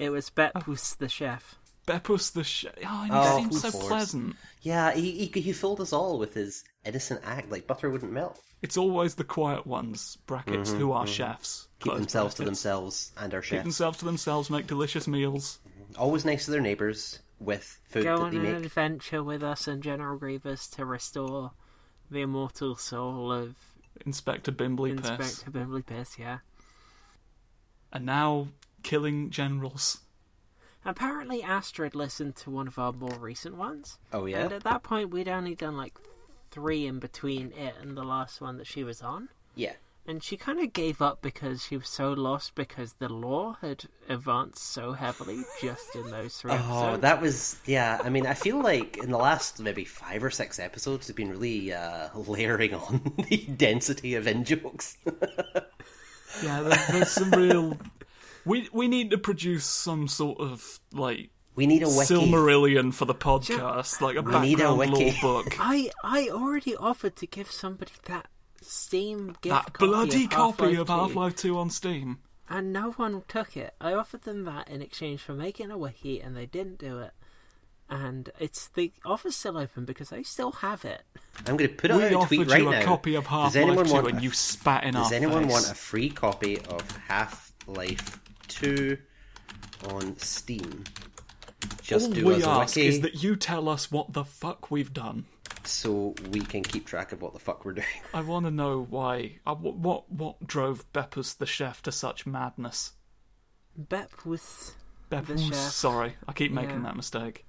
[SPEAKER 2] It was Betpus the chef.
[SPEAKER 3] Beppus the sh- Oh, and he
[SPEAKER 4] Oh,
[SPEAKER 3] seems so
[SPEAKER 4] of course.
[SPEAKER 3] pleasant.
[SPEAKER 4] Yeah, he, he he fooled us all with his innocent act. Like butter wouldn't melt.
[SPEAKER 3] It's always the quiet ones, brackets, who are chefs.
[SPEAKER 4] Mm-hmm, Keep
[SPEAKER 3] close
[SPEAKER 4] themselves to
[SPEAKER 3] brackets.
[SPEAKER 4] themselves and our
[SPEAKER 3] Keep
[SPEAKER 4] chefs.
[SPEAKER 3] themselves to themselves, make delicious meals.
[SPEAKER 4] always nice to their neighbors with food
[SPEAKER 2] Go
[SPEAKER 4] that
[SPEAKER 2] on
[SPEAKER 4] they
[SPEAKER 2] an
[SPEAKER 4] make.
[SPEAKER 2] adventure with us and General Grievous to restore the immortal soul of
[SPEAKER 3] Inspector Bimbley Piss.
[SPEAKER 2] Inspector Bimbley Piss, yeah.
[SPEAKER 3] And now killing generals.
[SPEAKER 2] Apparently, Astrid listened to one of our more recent ones.
[SPEAKER 4] Oh, yeah?
[SPEAKER 2] And at that point, we'd only done like three in between it and the last one that she was on.
[SPEAKER 4] Yeah.
[SPEAKER 2] And she kind of gave up because she was so lost because the law had advanced so heavily just in those three
[SPEAKER 4] Oh,
[SPEAKER 2] episodes.
[SPEAKER 4] that was yeah. I mean, I feel like in the last maybe five or six episodes, they've been really uh, layering on the density of in jokes.
[SPEAKER 3] Yeah, there, there's some real. We we need to produce some sort of like
[SPEAKER 4] We need a wiki.
[SPEAKER 3] Silmarillion for the podcast, like a
[SPEAKER 4] need a
[SPEAKER 3] background law
[SPEAKER 4] wiki.
[SPEAKER 3] book.
[SPEAKER 2] I I already offered to give somebody that Steam gift
[SPEAKER 3] that
[SPEAKER 2] copy
[SPEAKER 3] bloody
[SPEAKER 2] of
[SPEAKER 3] copy of
[SPEAKER 2] 2,
[SPEAKER 3] Half Life Two on Steam.
[SPEAKER 2] and no one took it. I offered them that in exchange for making a wiki, and they didn't do it. And it's the offer's still open because I still have it.
[SPEAKER 4] I'm going to put
[SPEAKER 3] We
[SPEAKER 4] out a
[SPEAKER 3] offered
[SPEAKER 4] tweet
[SPEAKER 3] you
[SPEAKER 4] right
[SPEAKER 3] a
[SPEAKER 4] now.
[SPEAKER 3] copy of Half
[SPEAKER 4] does anyone
[SPEAKER 3] Life Two,
[SPEAKER 4] want?
[SPEAKER 3] and you spat in
[SPEAKER 4] does
[SPEAKER 3] our
[SPEAKER 4] anyone
[SPEAKER 3] face.
[SPEAKER 4] want a free copy of Half Life Two on Steam? Just
[SPEAKER 3] All
[SPEAKER 4] do
[SPEAKER 3] we
[SPEAKER 4] us a
[SPEAKER 3] ask
[SPEAKER 4] wiki
[SPEAKER 3] is that you tell us what the fuck we've done.
[SPEAKER 4] so we can keep track of what the fuck we're doing.
[SPEAKER 3] I want to know why. Uh, wh- what what drove Beppus the chef to such madness?
[SPEAKER 2] Bep was
[SPEAKER 3] Beppus,
[SPEAKER 2] chef.
[SPEAKER 3] sorry, I keep making
[SPEAKER 2] Yeah.
[SPEAKER 3] that mistake.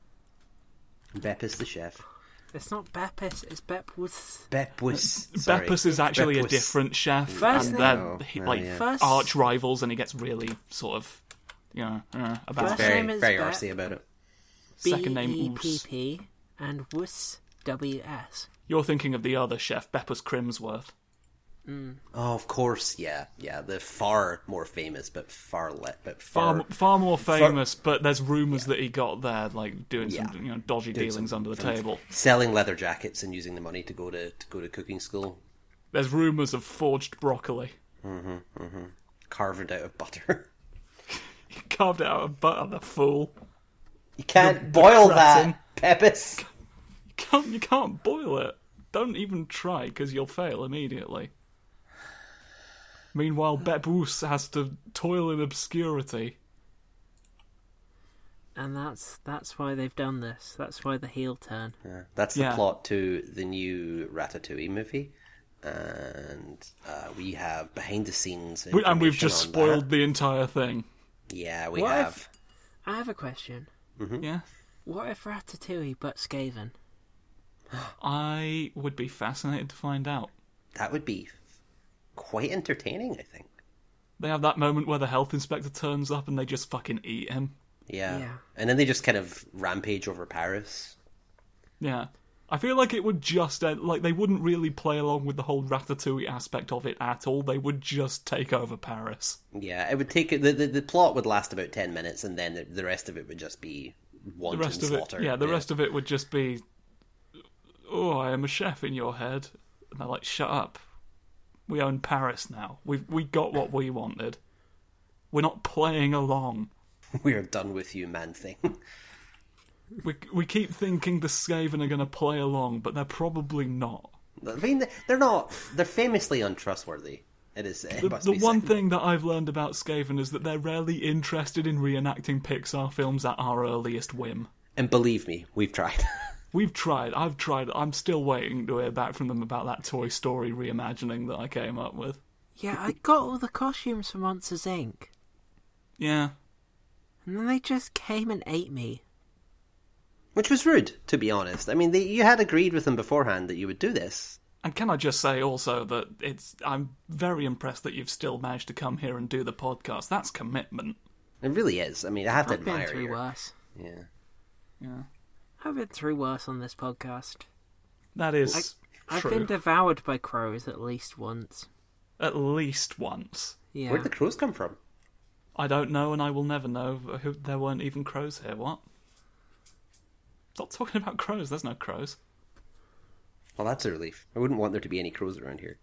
[SPEAKER 4] Beppus the chef.
[SPEAKER 2] It's not Bepis, it's Bep was.
[SPEAKER 4] Beppus. Sorry.
[SPEAKER 3] Beppus is actually a
[SPEAKER 4] Beppus.
[SPEAKER 3] different chef,
[SPEAKER 2] First
[SPEAKER 3] and
[SPEAKER 2] thing-
[SPEAKER 3] they're
[SPEAKER 4] Oh,
[SPEAKER 3] he-
[SPEAKER 4] oh,
[SPEAKER 3] like
[SPEAKER 4] yeah.
[SPEAKER 2] First-
[SPEAKER 3] arch rivals, and he gets really sort of, you know, uh, about
[SPEAKER 2] First
[SPEAKER 3] it.
[SPEAKER 4] Very
[SPEAKER 2] name is
[SPEAKER 4] very
[SPEAKER 2] Bep.
[SPEAKER 4] arsey about it.
[SPEAKER 3] second name.
[SPEAKER 2] B E P
[SPEAKER 3] Oos.
[SPEAKER 2] P and Wuss W S.
[SPEAKER 3] You're thinking of the other chef, Beppus Crimsworth.
[SPEAKER 4] Oh, of course, yeah, yeah. The far more famous, but far le- but
[SPEAKER 3] Far,
[SPEAKER 4] far,
[SPEAKER 3] far more famous, but there's rumors that he got there, like doing
[SPEAKER 4] Yeah.
[SPEAKER 3] some you know dodgy dealings
[SPEAKER 4] some
[SPEAKER 3] under the
[SPEAKER 4] things.
[SPEAKER 3] table.
[SPEAKER 4] selling leather jackets and using the money to go to to go to cooking school,
[SPEAKER 3] There's rumors of forged broccoli.
[SPEAKER 4] carved out of butter.
[SPEAKER 3] He carved it out of butter, the fool.
[SPEAKER 4] You can't boil
[SPEAKER 3] crushing.
[SPEAKER 4] that, Peppus.
[SPEAKER 3] You can't, you can't boil it. Don't even try, because you'll fail immediately. Meanwhile, Bepus has to toil in obscurity.
[SPEAKER 2] And that's that's why they've done this. That's why the heel turn.
[SPEAKER 4] Yeah, Uh, That's the
[SPEAKER 3] Yeah.
[SPEAKER 4] plot to the new Ratatouille movie, and uh, we have behind the scenes,
[SPEAKER 3] We- and we've
[SPEAKER 4] information
[SPEAKER 3] just
[SPEAKER 4] on
[SPEAKER 3] spoiled the entire thing.
[SPEAKER 4] That. Yeah, we
[SPEAKER 2] What?
[SPEAKER 4] have.
[SPEAKER 2] I have a question.
[SPEAKER 4] Mm-hmm.
[SPEAKER 3] Yeah.
[SPEAKER 2] What if Ratatouille but Skaven?
[SPEAKER 3] I would be fascinated to find out.
[SPEAKER 4] That would be quite entertaining, I think.
[SPEAKER 3] They have that moment where the health inspector turns up and they just fucking eat him.
[SPEAKER 4] Yeah.
[SPEAKER 2] Yeah.
[SPEAKER 4] and then they just kind of rampage over Paris.
[SPEAKER 3] Yeah. I feel like it would just end, like they wouldn't really play along with the whole Ratatouille aspect of it at all. They would just take over Paris.
[SPEAKER 4] Yeah, it would take the, the the plot would last about ten minutes, and then the, the rest of it would just be
[SPEAKER 3] The
[SPEAKER 4] wanton
[SPEAKER 3] rest of it,
[SPEAKER 4] slaughter.
[SPEAKER 3] yeah, the rest of it would just be, oh, I am a chef in your head, and they're like, shut up. We own Paris now. We we got what we wanted. We're not playing along.
[SPEAKER 4] we are done with you, man thing.
[SPEAKER 3] We we keep thinking the Skaven are going to play along, but they're probably not.
[SPEAKER 4] I mean, they're not. They're famously untrustworthy. It is it
[SPEAKER 3] The,
[SPEAKER 4] must
[SPEAKER 3] the
[SPEAKER 4] be
[SPEAKER 3] one
[SPEAKER 4] said.
[SPEAKER 3] thing that I've learned about Skaven is that they're rarely interested in reenacting Pixar films at our earliest whim.
[SPEAKER 4] And believe me, we've tried.
[SPEAKER 3] We've tried. I've tried. I'm still waiting to hear back from them about that Toy Story reimagining that I came up with.
[SPEAKER 2] Yeah, I got all the costumes from Monsters Inc.
[SPEAKER 3] Yeah.
[SPEAKER 2] And then they just came and ate me.
[SPEAKER 4] Which was rude, to be honest. I mean, they, you had agreed with them beforehand that you would do this.
[SPEAKER 3] And can I just say also that it's I'm very impressed that you've still managed to come here and do the podcast. That's commitment.
[SPEAKER 4] It really is. I mean, I have to
[SPEAKER 2] I've been
[SPEAKER 4] admire
[SPEAKER 2] through
[SPEAKER 4] you.
[SPEAKER 2] worse.
[SPEAKER 4] Yeah.
[SPEAKER 3] Yeah.
[SPEAKER 2] I've been through worse on this podcast.
[SPEAKER 3] That is
[SPEAKER 2] I've
[SPEAKER 3] true.
[SPEAKER 2] been devoured by crows at least once.
[SPEAKER 3] At least once.
[SPEAKER 2] Yeah.
[SPEAKER 4] Where'd the crows come from?
[SPEAKER 3] I don't know and I will never know who- there weren't even crows here. What? Stop talking about crows. There's no crows.
[SPEAKER 4] Well, that's a relief. I wouldn't want there to be any crows around here.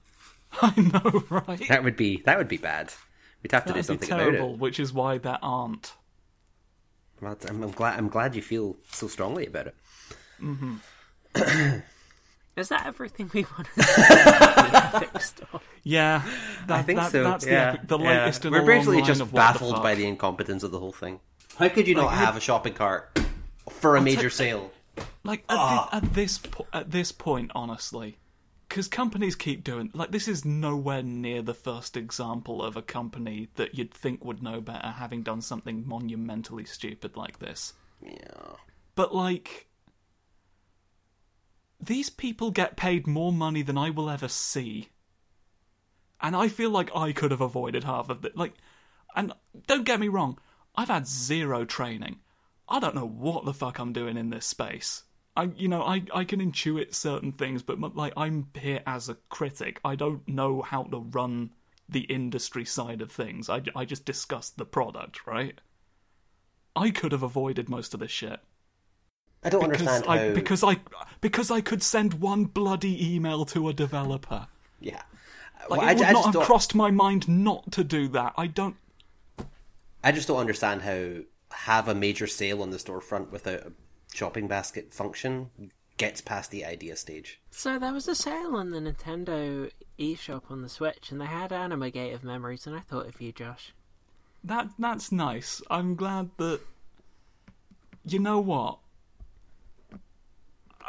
[SPEAKER 3] I know, right?
[SPEAKER 4] That would be that would be bad. We'd have to do
[SPEAKER 3] That'd be
[SPEAKER 4] something
[SPEAKER 3] terrible,
[SPEAKER 4] about it.
[SPEAKER 3] which is why there aren't.
[SPEAKER 4] Well, that's- I'm, I'm glad. I'm glad you feel so strongly about it.
[SPEAKER 2] Is that everything we want to say? Epic stuff.
[SPEAKER 3] Yeah, that,
[SPEAKER 4] I think
[SPEAKER 3] that,
[SPEAKER 4] so.
[SPEAKER 3] that's
[SPEAKER 4] yeah.
[SPEAKER 3] the, epic, the
[SPEAKER 4] yeah.
[SPEAKER 3] latest in
[SPEAKER 4] We're
[SPEAKER 3] a long
[SPEAKER 4] basically
[SPEAKER 3] line
[SPEAKER 4] just
[SPEAKER 3] of what
[SPEAKER 4] baffled
[SPEAKER 3] the
[SPEAKER 4] by
[SPEAKER 3] fuck.
[SPEAKER 4] the incompetence of the whole thing. How could you not have a shopping cart for a major sale?
[SPEAKER 3] like at, thi- at this po- at this point. Honestly, because companies keep doing like this is nowhere near the first example of a company that you'd think would know better having done something monumentally stupid like this
[SPEAKER 4] Yeah.
[SPEAKER 3] but like these people get paid more money than I will ever see. And I feel like I could have avoided half of it. Like, and don't get me wrong, I've had zero training. I don't know what the fuck I'm doing in this space. I, you know, I, I can intuit certain things, but like I'm here as a critic. I don't know how to run the industry side of things. I, I just discuss the product, right? I could have avoided most of this shit
[SPEAKER 4] I don't
[SPEAKER 3] because
[SPEAKER 4] understand
[SPEAKER 3] I
[SPEAKER 4] how.
[SPEAKER 3] because I because I could send one bloody email to a developer.
[SPEAKER 4] yeah.
[SPEAKER 3] Like,
[SPEAKER 4] Well,
[SPEAKER 3] it
[SPEAKER 4] I,
[SPEAKER 3] would
[SPEAKER 4] ju- I
[SPEAKER 3] not
[SPEAKER 4] just
[SPEAKER 3] have
[SPEAKER 4] don't,
[SPEAKER 3] crossed my mind not to do that. I don't.
[SPEAKER 4] I just don't understand how have a major sale on the storefront without a shopping basket function gets past the idea stage.
[SPEAKER 2] So there was a sale on the Nintendo eShop on the Switch, and they had Animagate of Memories, and I thought of you, Josh.
[SPEAKER 3] That that's nice. I'm glad that. You know what?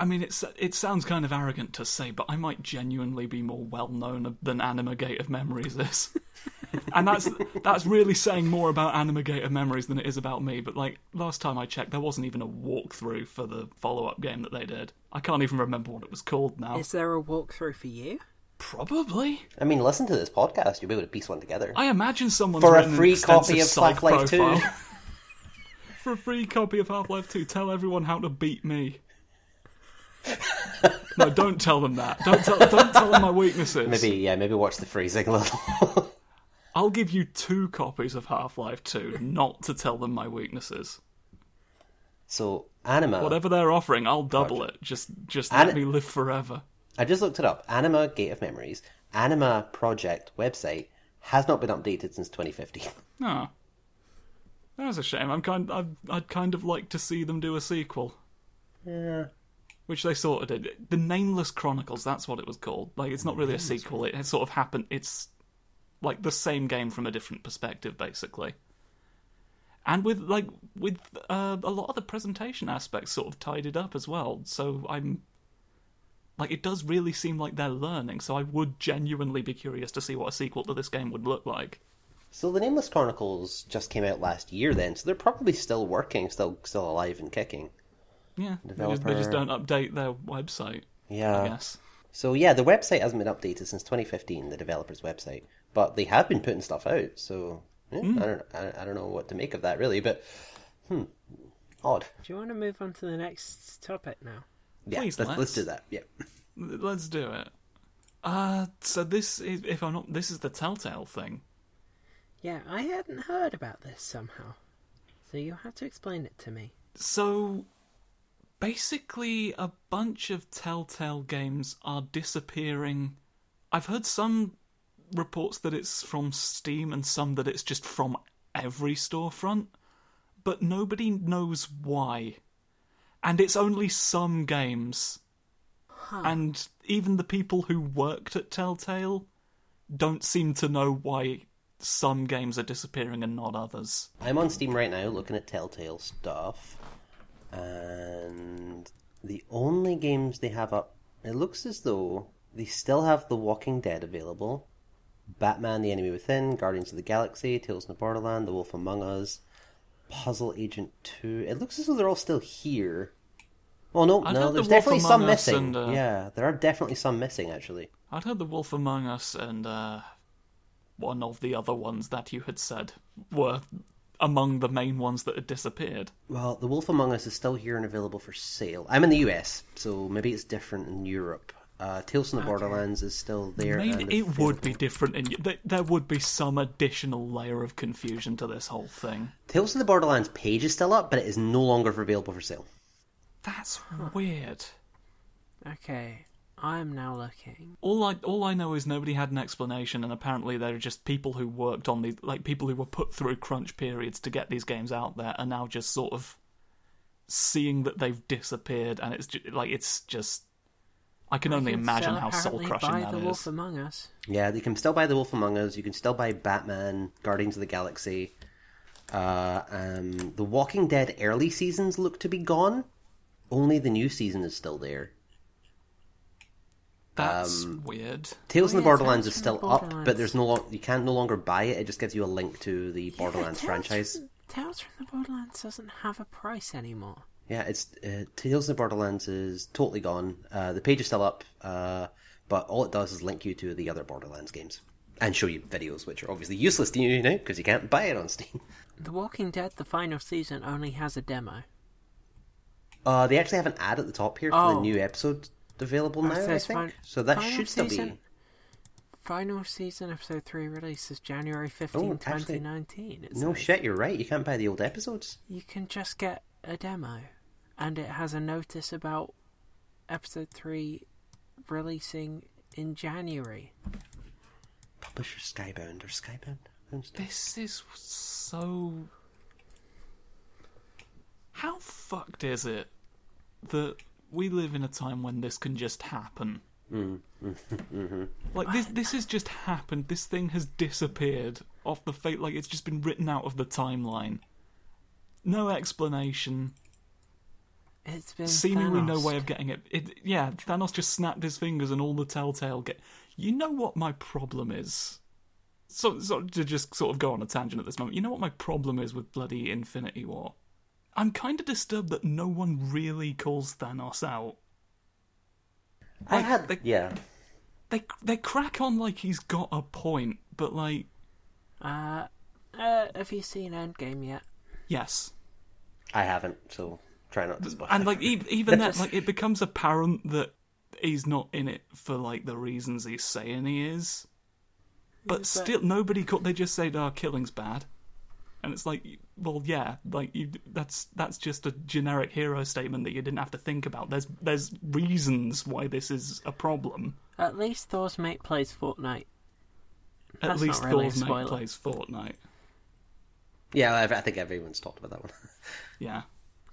[SPEAKER 3] I mean, it's it sounds kind of arrogant to say, but I might genuinely be more well known than Animagate of Memories is, and that's that's really saying more about Animagate of Memories than it is about me. But like last time I checked, there wasn't even a walkthrough for the follow up game that they did. I can't even remember what it was called now.
[SPEAKER 2] Is there a walkthrough for you?
[SPEAKER 3] Probably,
[SPEAKER 4] I mean, listen to this podcast; you'll be able to piece one together.
[SPEAKER 3] I imagine someone's
[SPEAKER 4] For a
[SPEAKER 3] written an
[SPEAKER 4] free
[SPEAKER 3] extensive
[SPEAKER 4] copy of
[SPEAKER 3] side
[SPEAKER 4] Half-Life 2.
[SPEAKER 3] profile. For a free copy of Half Life 2, tell everyone how to beat me. no, don't tell them that. Don't tell, don't tell them my weaknesses.
[SPEAKER 4] Maybe yeah, maybe watch the phrasing a little.
[SPEAKER 3] I'll give you two copies of Half Life 2, not to tell them my weaknesses.
[SPEAKER 4] so anima.
[SPEAKER 3] Whatever they're offering, I'll double it. Just, just
[SPEAKER 4] And-
[SPEAKER 3] let me live forever.
[SPEAKER 4] I just looked it up. Anima Gate of Memories Anima Project website has not been updated since 2015.
[SPEAKER 3] No, that's a shame. I'm kind. I'd, I'd kind of like to see them do a sequel. Which they sort of did. The Nameless Chronicles. That's what it was called. Like it's not really a sequel. It, it sort of happened. It's like the same game from a different perspective, basically. And with like with uh, a lot of the presentation aspects sort of tidied up as well. So I'm like it does really seem like they're learning. So I would genuinely be curious to see what a sequel to this game would look like.
[SPEAKER 4] So the Nameless Chronicles just came out last year, then. So they're probably still working, still still alive and kicking.
[SPEAKER 3] Yeah, they just, they just
[SPEAKER 4] Developer.
[SPEAKER 3] don't update their website.
[SPEAKER 4] Yeah.
[SPEAKER 3] I guess.
[SPEAKER 4] So yeah, the website hasn't been updated since 2015, the developer's website, but they have been putting stuff out. So yeah, I don't I, I don't know what to make of that really, but hmm, odd.
[SPEAKER 2] Do you want to move on to the next topic now?
[SPEAKER 4] Yeah,
[SPEAKER 3] Please,
[SPEAKER 4] let's, let's
[SPEAKER 3] let's.
[SPEAKER 4] do that. Yeah.
[SPEAKER 3] Let's do it. Uh, so this is if I'm not this is the Telltale thing.
[SPEAKER 2] Yeah, I hadn't heard about this somehow. So you'll have to explain it to me.
[SPEAKER 3] So basically, a bunch of Telltale games are disappearing. I've heard some reports that it's from Steam and some that it's just from every storefront, but nobody knows why. And it's only some games. And even the people who worked at Telltale don't seem to know why some games are disappearing and not others.
[SPEAKER 4] I'm on Steam right now looking at Telltale stuff. And the only games they have up, it looks as though they still have The Walking Dead available Batman, The Enemy Within, Guardians of the Galaxy, Tales from the Borderland, The Wolf Among Us, Puzzle Agent 2. It looks as though they're all still here. Well, no,
[SPEAKER 3] I
[SPEAKER 4] no,
[SPEAKER 3] thought
[SPEAKER 4] there's
[SPEAKER 3] The Wolf
[SPEAKER 4] definitely
[SPEAKER 3] Among
[SPEAKER 4] some
[SPEAKER 3] Us
[SPEAKER 4] missing.
[SPEAKER 3] and, uh,
[SPEAKER 4] Yeah, there are definitely some missing, actually.
[SPEAKER 3] I'd heard The Wolf Among Us and uh, one of the other ones that you had said were among the main ones that had disappeared.
[SPEAKER 4] Well, The Wolf Among Us is still here and available for sale. I'm in the US, so maybe it's different in Europe. Uh, Tales from the Borderlands is still
[SPEAKER 3] I
[SPEAKER 4] there.
[SPEAKER 3] mean,
[SPEAKER 4] and
[SPEAKER 3] it would be
[SPEAKER 4] available.
[SPEAKER 3] different, and th- there would be some additional layer of confusion to this whole thing.
[SPEAKER 4] Tales from the Borderlands page is still up, but it is no longer available for sale.
[SPEAKER 3] That's weird.
[SPEAKER 2] Okay, I'm now looking.
[SPEAKER 3] All I all I know is nobody had an explanation, and apparently there are just people who worked on these, like people who were put through crunch periods to get these games out there, are now just sort of seeing that they've disappeared, and it's ju- like it's just. I can only
[SPEAKER 2] You can
[SPEAKER 3] imagine
[SPEAKER 2] still
[SPEAKER 3] how soul
[SPEAKER 2] apparently
[SPEAKER 3] crushing
[SPEAKER 2] buy
[SPEAKER 3] that
[SPEAKER 2] The Wolf
[SPEAKER 3] is.
[SPEAKER 2] Among Us.
[SPEAKER 4] Yeah, you can still buy The Wolf Among Us. You can still buy Batman, Guardians of the Galaxy. Uh, um, the Walking Dead early seasons look to be gone. Only the new season is still there.
[SPEAKER 3] That's weird.
[SPEAKER 4] Tales
[SPEAKER 2] Oh,
[SPEAKER 4] in the
[SPEAKER 2] yeah,
[SPEAKER 4] Borderlands
[SPEAKER 2] Tales
[SPEAKER 4] is
[SPEAKER 2] from
[SPEAKER 4] still
[SPEAKER 2] the
[SPEAKER 4] up, but
[SPEAKER 2] Borderlands.
[SPEAKER 4] there's no lo- you can no longer buy it. It just gives you a link to the
[SPEAKER 2] Yeah,
[SPEAKER 4] Borderlands
[SPEAKER 2] Tales
[SPEAKER 4] franchise.
[SPEAKER 2] From, Tales from the Borderlands doesn't have a price anymore.
[SPEAKER 4] Yeah, it's uh, Tales of the Borderlands is totally gone. Uh, the page is still up, uh, but all it does is link you to the other Borderlands games and show you videos, which are obviously useless to you now because you can't buy it on Steam.
[SPEAKER 2] The Walking Dead, the final season, only has a demo.
[SPEAKER 4] Uh, they actually have an ad at the top here for the
[SPEAKER 2] Oh.
[SPEAKER 4] new episode available now.
[SPEAKER 2] It
[SPEAKER 4] I
[SPEAKER 2] says
[SPEAKER 4] think
[SPEAKER 2] fin-
[SPEAKER 4] so. That
[SPEAKER 2] final
[SPEAKER 4] should still
[SPEAKER 2] season,
[SPEAKER 4] be.
[SPEAKER 2] Final season, episode 3 release is January 15,
[SPEAKER 4] Oh, actually-
[SPEAKER 2] 2019. It
[SPEAKER 4] No
[SPEAKER 2] says.
[SPEAKER 4] shit, you're right. You can't buy the old episodes.
[SPEAKER 2] You can just get a demo, and it has a notice about episode 3 releasing in January.
[SPEAKER 4] Publisher Skybound or Skybound.
[SPEAKER 3] This is so. How fucked is it that we live in a time when this can just happen? like this, this has just happened. This thing has disappeared off the fate. Like it's just been written out of the timeline. No explanation.
[SPEAKER 2] It's been
[SPEAKER 3] Seemingly no
[SPEAKER 2] Oh, Thanos.
[SPEAKER 3] way of getting it. it. Yeah, Thanos just snapped his fingers and all the Telltale get. You know what my problem is? So, so to just sort of go on a tangent at this moment, you know what my problem is with bloody Infinity War? I'm kind of disturbed that no one really calls Thanos out.
[SPEAKER 4] I
[SPEAKER 3] Like,
[SPEAKER 4] had
[SPEAKER 3] they-
[SPEAKER 4] yeah.
[SPEAKER 3] They they crack on like he's got a point, but like
[SPEAKER 2] Uh, uh, have you seen Endgame yet?
[SPEAKER 3] yes,
[SPEAKER 4] I haven't, so try not to. spoil
[SPEAKER 3] and
[SPEAKER 4] it.
[SPEAKER 3] like e- even that, like it becomes apparent that he's not in it for like the reasons he's saying he is. But still, nobody. Caught, they just say, "Oh, killing's bad," and it's like, well, yeah, like you. That's that's just a generic hero statement that you didn't have to think about. There's there's reasons why this is a problem.
[SPEAKER 2] At least Thor's mate plays Fortnite.
[SPEAKER 3] At
[SPEAKER 2] That's
[SPEAKER 3] least
[SPEAKER 2] not really a
[SPEAKER 3] Thor's mate
[SPEAKER 2] spoiler.
[SPEAKER 3] plays Fortnite.
[SPEAKER 4] yeah, I, I think everyone's talked about that one.
[SPEAKER 3] Yeah,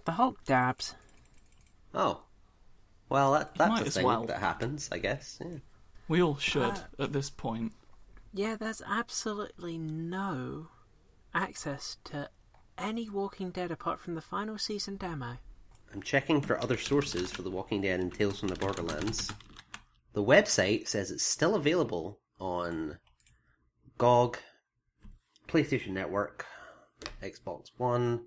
[SPEAKER 2] The Hulk dabs.
[SPEAKER 4] Oh, well, that,
[SPEAKER 3] might
[SPEAKER 4] that's a
[SPEAKER 3] as
[SPEAKER 4] thing
[SPEAKER 3] well.
[SPEAKER 4] that happens, I guess. Yeah.
[SPEAKER 3] we all
[SPEAKER 2] Uh,
[SPEAKER 3] should at this point.
[SPEAKER 2] Yeah, there's absolutely no access to any Walking Dead apart from the final season demo.
[SPEAKER 4] I'm checking for other sources for The Walking Dead and Tales from the Borderlands. The website says it's still available on GOG, PlayStation Network, Xbox One,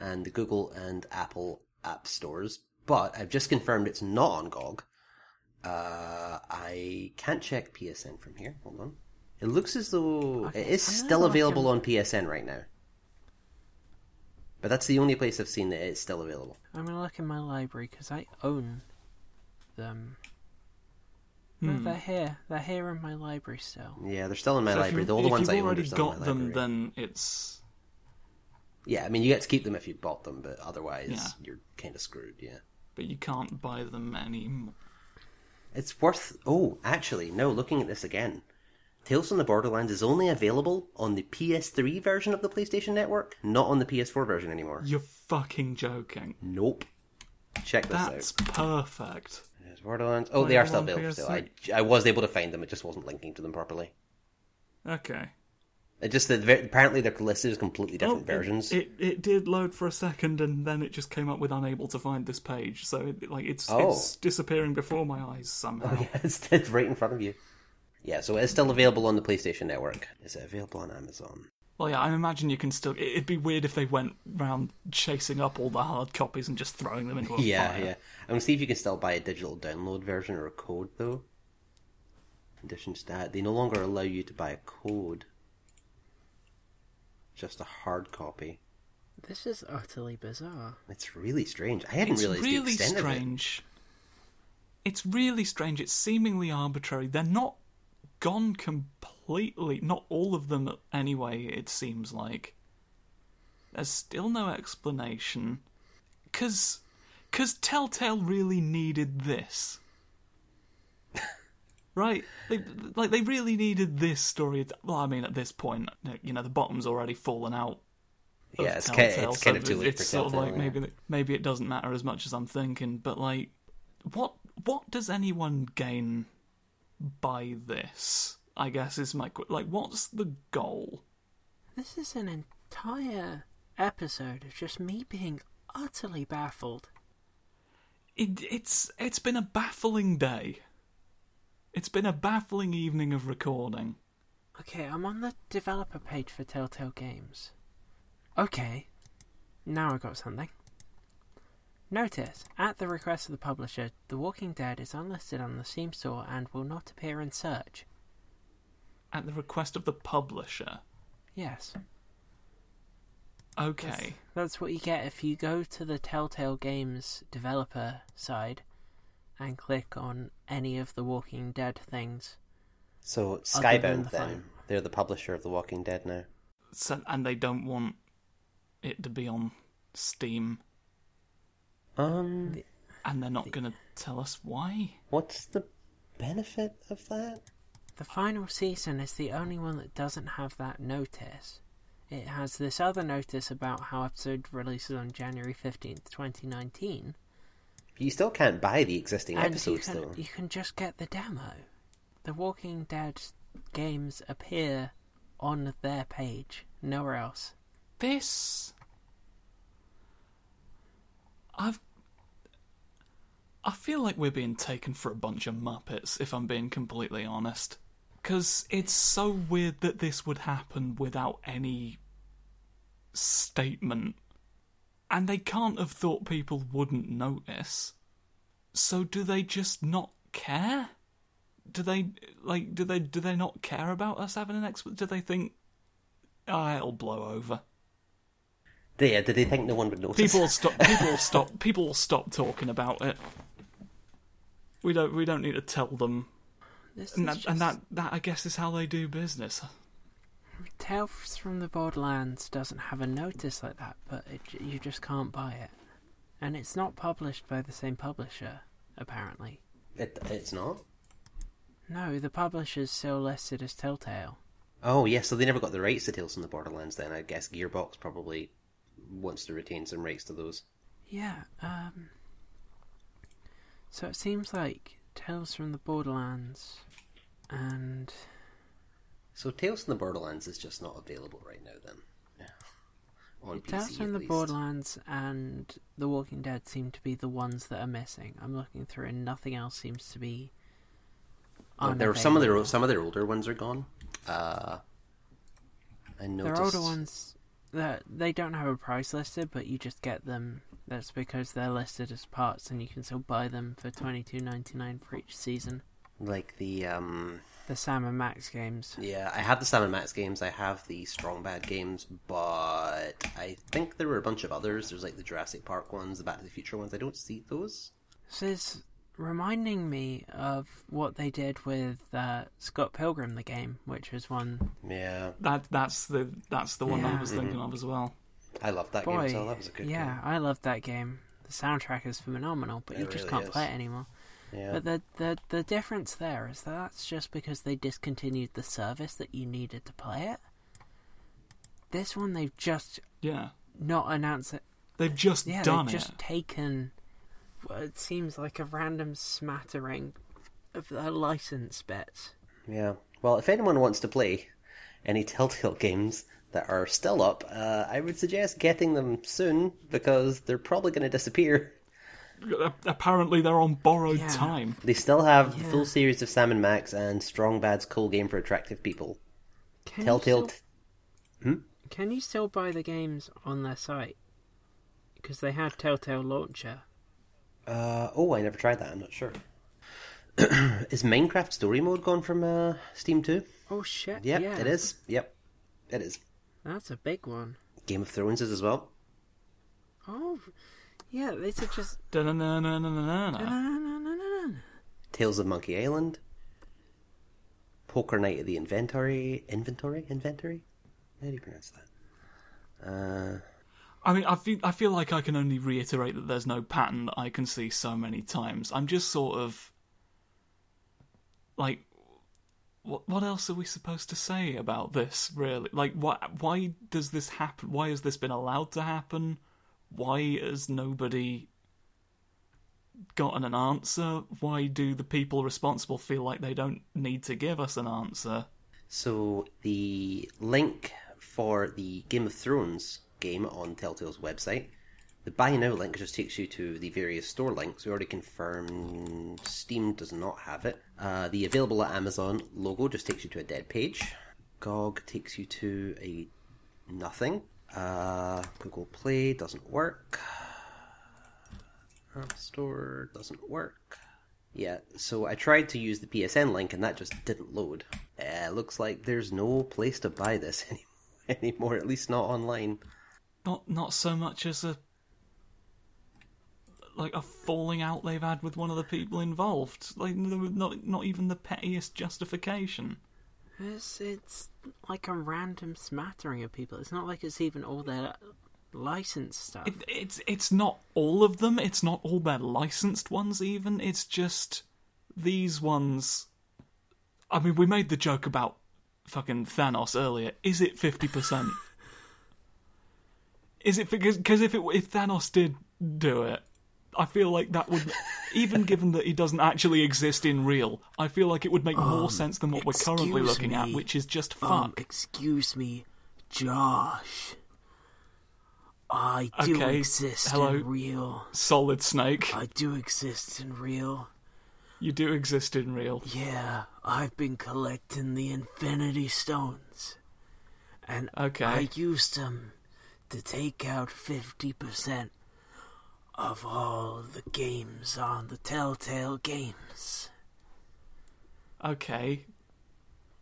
[SPEAKER 4] and the Google and Apple app stores, but I've just confirmed it's not on GOG. Uh, I can't check PSN from here. Hold on. It looks as though
[SPEAKER 2] Okay,
[SPEAKER 4] it is
[SPEAKER 2] I'm gonna
[SPEAKER 4] still
[SPEAKER 2] look
[SPEAKER 4] available
[SPEAKER 2] in-
[SPEAKER 4] on PSN right now. But that's the only place I've seen that it's still available.
[SPEAKER 2] I'm gonna look in my library because I own them. No, they're here. They're here in my library still.
[SPEAKER 4] Yeah, they're still in my
[SPEAKER 3] Hmm. So if
[SPEAKER 4] library.
[SPEAKER 3] you-
[SPEAKER 4] The older
[SPEAKER 3] if
[SPEAKER 4] ones I
[SPEAKER 3] you've
[SPEAKER 4] owned are
[SPEAKER 3] already
[SPEAKER 4] still in
[SPEAKER 3] got
[SPEAKER 4] my
[SPEAKER 3] them,
[SPEAKER 4] library.
[SPEAKER 3] then it's
[SPEAKER 4] Yeah, I mean, you get to keep them if you bought them, but otherwise,
[SPEAKER 3] Yeah.
[SPEAKER 4] you're kind of screwed. Yeah,
[SPEAKER 3] but you can't buy them anymore.
[SPEAKER 4] it's worth. Oh, actually, no. Looking at this again, Tales from the Borderlands is only available on the PS3 version of the PlayStation Network, not on the PS4 version anymore.
[SPEAKER 3] You're fucking joking.
[SPEAKER 4] Nope. Check this
[SPEAKER 3] That's
[SPEAKER 4] out.
[SPEAKER 3] perfect.
[SPEAKER 4] There's Borderlands. Oh, they are still available.
[SPEAKER 3] Borderlands
[SPEAKER 4] Still, I, I was able to find them. It just wasn't linking to them properly.
[SPEAKER 3] Okay.
[SPEAKER 4] It just that ver- apparently they're listed as completely different
[SPEAKER 3] Oh,
[SPEAKER 4] versions.
[SPEAKER 3] It, it it did load for a second and then it just came up with unable to find this page. So it, like it's
[SPEAKER 4] Oh.
[SPEAKER 3] it's disappearing before my eyes somehow.
[SPEAKER 4] Yeah, it's, it's right in front of you. Yeah, so it's still available on the PlayStation Network. Is it available on Amazon?
[SPEAKER 3] Well, yeah, I imagine you can still. it- It'd be weird if they went round chasing up all the hard copies and just throwing them into a
[SPEAKER 4] yeah,
[SPEAKER 3] fire.
[SPEAKER 4] yeah. I'm gonna see if you can still buy a digital download version or a code though. Conditions that they no longer allow you to buy a code, just a hard copy.
[SPEAKER 2] This is utterly bizarre.
[SPEAKER 4] It's really strange. I hadn't
[SPEAKER 3] It's
[SPEAKER 4] realized the
[SPEAKER 3] really
[SPEAKER 4] extent of it.
[SPEAKER 3] strange. It's really strange. It's seemingly arbitrary. They're not gone completely. Not all of them, anyway. It seems like there's still no explanation. Cause, cause Telltale really needed this. Right, they, like they really needed this story. Well, I mean, at this point, you know, the bottom's already fallen out of
[SPEAKER 4] Yeah, it's kind,
[SPEAKER 3] Telltale,
[SPEAKER 4] it's kind of
[SPEAKER 3] so
[SPEAKER 4] too late
[SPEAKER 3] it's
[SPEAKER 4] for
[SPEAKER 3] sort of
[SPEAKER 4] Telltale,
[SPEAKER 3] like
[SPEAKER 4] yeah.
[SPEAKER 3] maybe maybe it doesn't matter as much as I'm thinking, but like, what what does anyone gain by this? I guess is my qu- like, what's the goal?
[SPEAKER 2] This is an entire episode of just me being utterly baffled.
[SPEAKER 3] It, it's it's been a baffling day. It's been a baffling evening of recording.
[SPEAKER 2] Okay, I'm on the developer page for Telltale Games. Okay, now I got something. Notice, at the request of the publisher, The Walking Dead is unlisted on the Steam store and will not appear in search.
[SPEAKER 3] At the request of the publisher.
[SPEAKER 2] Yes,
[SPEAKER 3] Okay.
[SPEAKER 2] that's what you get if you go to the Telltale Games developer side and click on any of the Walking Dead things. Other
[SPEAKER 4] So
[SPEAKER 2] than
[SPEAKER 4] Skybound
[SPEAKER 2] the
[SPEAKER 4] then.
[SPEAKER 2] phone.
[SPEAKER 4] They're the publisher of The Walking Dead now.
[SPEAKER 3] So, and they don't want it to be on Steam,
[SPEAKER 4] Um
[SPEAKER 3] and they're not going to tell us why.
[SPEAKER 4] what's the benefit of that?
[SPEAKER 2] The final season is the only one that doesn't have that notice. It has this other notice about how episode releases on January 15th, 2019.
[SPEAKER 4] You still can't buy the existing
[SPEAKER 2] and
[SPEAKER 4] episodes
[SPEAKER 2] you can,
[SPEAKER 4] though.
[SPEAKER 2] you can just get the demo. The Walking Dead games appear on their page, nowhere else.
[SPEAKER 3] This. I've. I feel like we're being taken for a bunch of Muppets, if I'm being completely honest. Because it's so weird that this would happen without any statement. And they can't have thought people wouldn't notice. So do they just not care? Do they like do they do they not care about us having an expert? Do they think ah, it'll blow over?
[SPEAKER 4] Yeah, did they think no one would notice?
[SPEAKER 3] People will stop. People will stop. People will stop talking about it. We don't. We don't need to tell them.
[SPEAKER 2] This
[SPEAKER 3] And
[SPEAKER 2] is
[SPEAKER 3] that,
[SPEAKER 2] just
[SPEAKER 3] and that, that, I guess, is how they do business.
[SPEAKER 2] Tales from the Borderlands doesn't have a notice like that, but it, j- you just can't buy it. And it's not published by the same publisher, apparently.
[SPEAKER 4] It, it's not.
[SPEAKER 2] No, the publisher's still listed as Telltale.
[SPEAKER 4] Oh yeah, so they never got the rights to Tales from the Borderlands then. I guess Gearbox probably wants to retain some rights to those.
[SPEAKER 2] Yeah, um. So it seems like Tales from the Borderlands and.
[SPEAKER 4] So Tales from the Borderlands is just not available right now then. Yeah. On
[SPEAKER 2] Tales
[SPEAKER 4] PC
[SPEAKER 2] from
[SPEAKER 4] at
[SPEAKER 2] the
[SPEAKER 4] least.
[SPEAKER 2] Borderlands and The Walking Dead seem to be the ones that are missing. I'm looking through and nothing else seems to be.
[SPEAKER 4] Uh, there are some of
[SPEAKER 2] unavailable.
[SPEAKER 4] their some of their older ones are gone. Uh, I noticed.
[SPEAKER 2] They're older ones that they don't have a price listed, but you just get them. That's because they're listed as parts, and you can still buy them for twenty two ninety nine for each season.
[SPEAKER 4] like the um,
[SPEAKER 2] The Sam and Max games.
[SPEAKER 4] yeah, I have the Sam and Max games. I have the Strong Bad games, but I think there were a bunch of others. There's like the Jurassic Park ones, the Back to the Future ones. I don't see those.
[SPEAKER 2] This is reminding me of what they did with uh, Scott Pilgrim, the game, which was one.
[SPEAKER 4] Yeah,
[SPEAKER 3] That that's the that's the one I
[SPEAKER 2] Yeah. Mm-hmm.
[SPEAKER 3] was thinking of as well.
[SPEAKER 4] I loved that game.
[SPEAKER 2] Boy,
[SPEAKER 4] So that was a good
[SPEAKER 2] yeah, I loved that game. The soundtrack is phenomenal, but
[SPEAKER 4] It
[SPEAKER 2] you just
[SPEAKER 4] really
[SPEAKER 2] can't play
[SPEAKER 4] is.
[SPEAKER 2] it anymore.
[SPEAKER 4] game. Yeah,
[SPEAKER 2] But the, the the difference there is that that's just because they discontinued the service that you needed to play it. This one they've just
[SPEAKER 3] Yeah,
[SPEAKER 2] not announced it.
[SPEAKER 3] they've just
[SPEAKER 2] Yeah,
[SPEAKER 3] done it.
[SPEAKER 2] they've just taken what it seems like a random smattering of their license bits.
[SPEAKER 4] yeah. Well, if anyone wants to play any Telltale games that are still up, uh, I would suggest getting them soon because they're probably going to disappear.
[SPEAKER 3] A- Apparently, they're on borrowed
[SPEAKER 2] Yeah.
[SPEAKER 3] time.
[SPEAKER 4] They still have the
[SPEAKER 2] Yeah.
[SPEAKER 4] full series of Sam and Max and Strong Bad's cool game for attractive people.
[SPEAKER 2] Can
[SPEAKER 4] Telltale.
[SPEAKER 2] You
[SPEAKER 4] T-
[SPEAKER 2] still, can you still buy the games on their site? Because they had Telltale Launcher.
[SPEAKER 4] uh, oh, I never tried that. I'm not sure. is Minecraft Story Mode gone from uh, Steam too?
[SPEAKER 2] Oh shit!
[SPEAKER 4] Yep,
[SPEAKER 2] yeah,
[SPEAKER 4] it is. Yep, it is.
[SPEAKER 2] That's a big one.
[SPEAKER 4] Game of Thrones is as well.
[SPEAKER 2] Oh, yeah. These are just
[SPEAKER 3] Da-na-na-na-na-na-na.
[SPEAKER 4] Tales of Monkey Island. Poker Night at the Inventory. Inventory? Inventory? How do you pronounce that? Uh,
[SPEAKER 3] I mean, I feel I feel like I can only reiterate that there's no pattern that I can see so many times. I'm just sort of like, what what else are we supposed to say about this? Really, like, why why does this happen? Why has this been allowed to happen? Why has nobody gotten an answer? Why do the people responsible feel like they don't need to give us an answer?
[SPEAKER 4] So the link for the Game of Thrones game on Telltale's website The buy now link just takes you to the various store links. We already confirmed Steam does not have it. Uh, the available at Amazon logo just takes you to a dead page. GOG takes you to a nothing. Uh, Google Play doesn't work. App Store doesn't work. Yeah, so I tried to use the PSN link and that just didn't load. Uh, looks like there's no place to buy this any- anymore, at least not online.
[SPEAKER 3] Not not so much as a like a falling out they've had with one of the people involved. Like there was not not even the pettiest justification.
[SPEAKER 2] It's it's like a random smattering of people. It's not like it's even all their licensed stuff.
[SPEAKER 3] It, it's it's not all of them. It's not all their licensed ones. Even it's just these ones. I mean, we made the joke about fucking Thanos earlier. Is it fifty percent? Is it because cause if it if Thanos did do it, I feel like that would even given that he doesn't actually exist in real. I feel like it would make more sense than what we're currently
[SPEAKER 2] Um, excuse
[SPEAKER 3] looking at,
[SPEAKER 2] me.
[SPEAKER 3] which is just fuck.
[SPEAKER 2] Um, excuse me, Josh. I do
[SPEAKER 3] Okay,
[SPEAKER 2] exist
[SPEAKER 3] hello.
[SPEAKER 2] in real.
[SPEAKER 3] Solid Snake,
[SPEAKER 2] I do exist in real.
[SPEAKER 3] you do exist in real.
[SPEAKER 2] Yeah, I've been collecting the Infinity Stones. And
[SPEAKER 3] Okay.
[SPEAKER 2] I used them to take out 50% of all the games on the Telltale games.
[SPEAKER 3] Okay.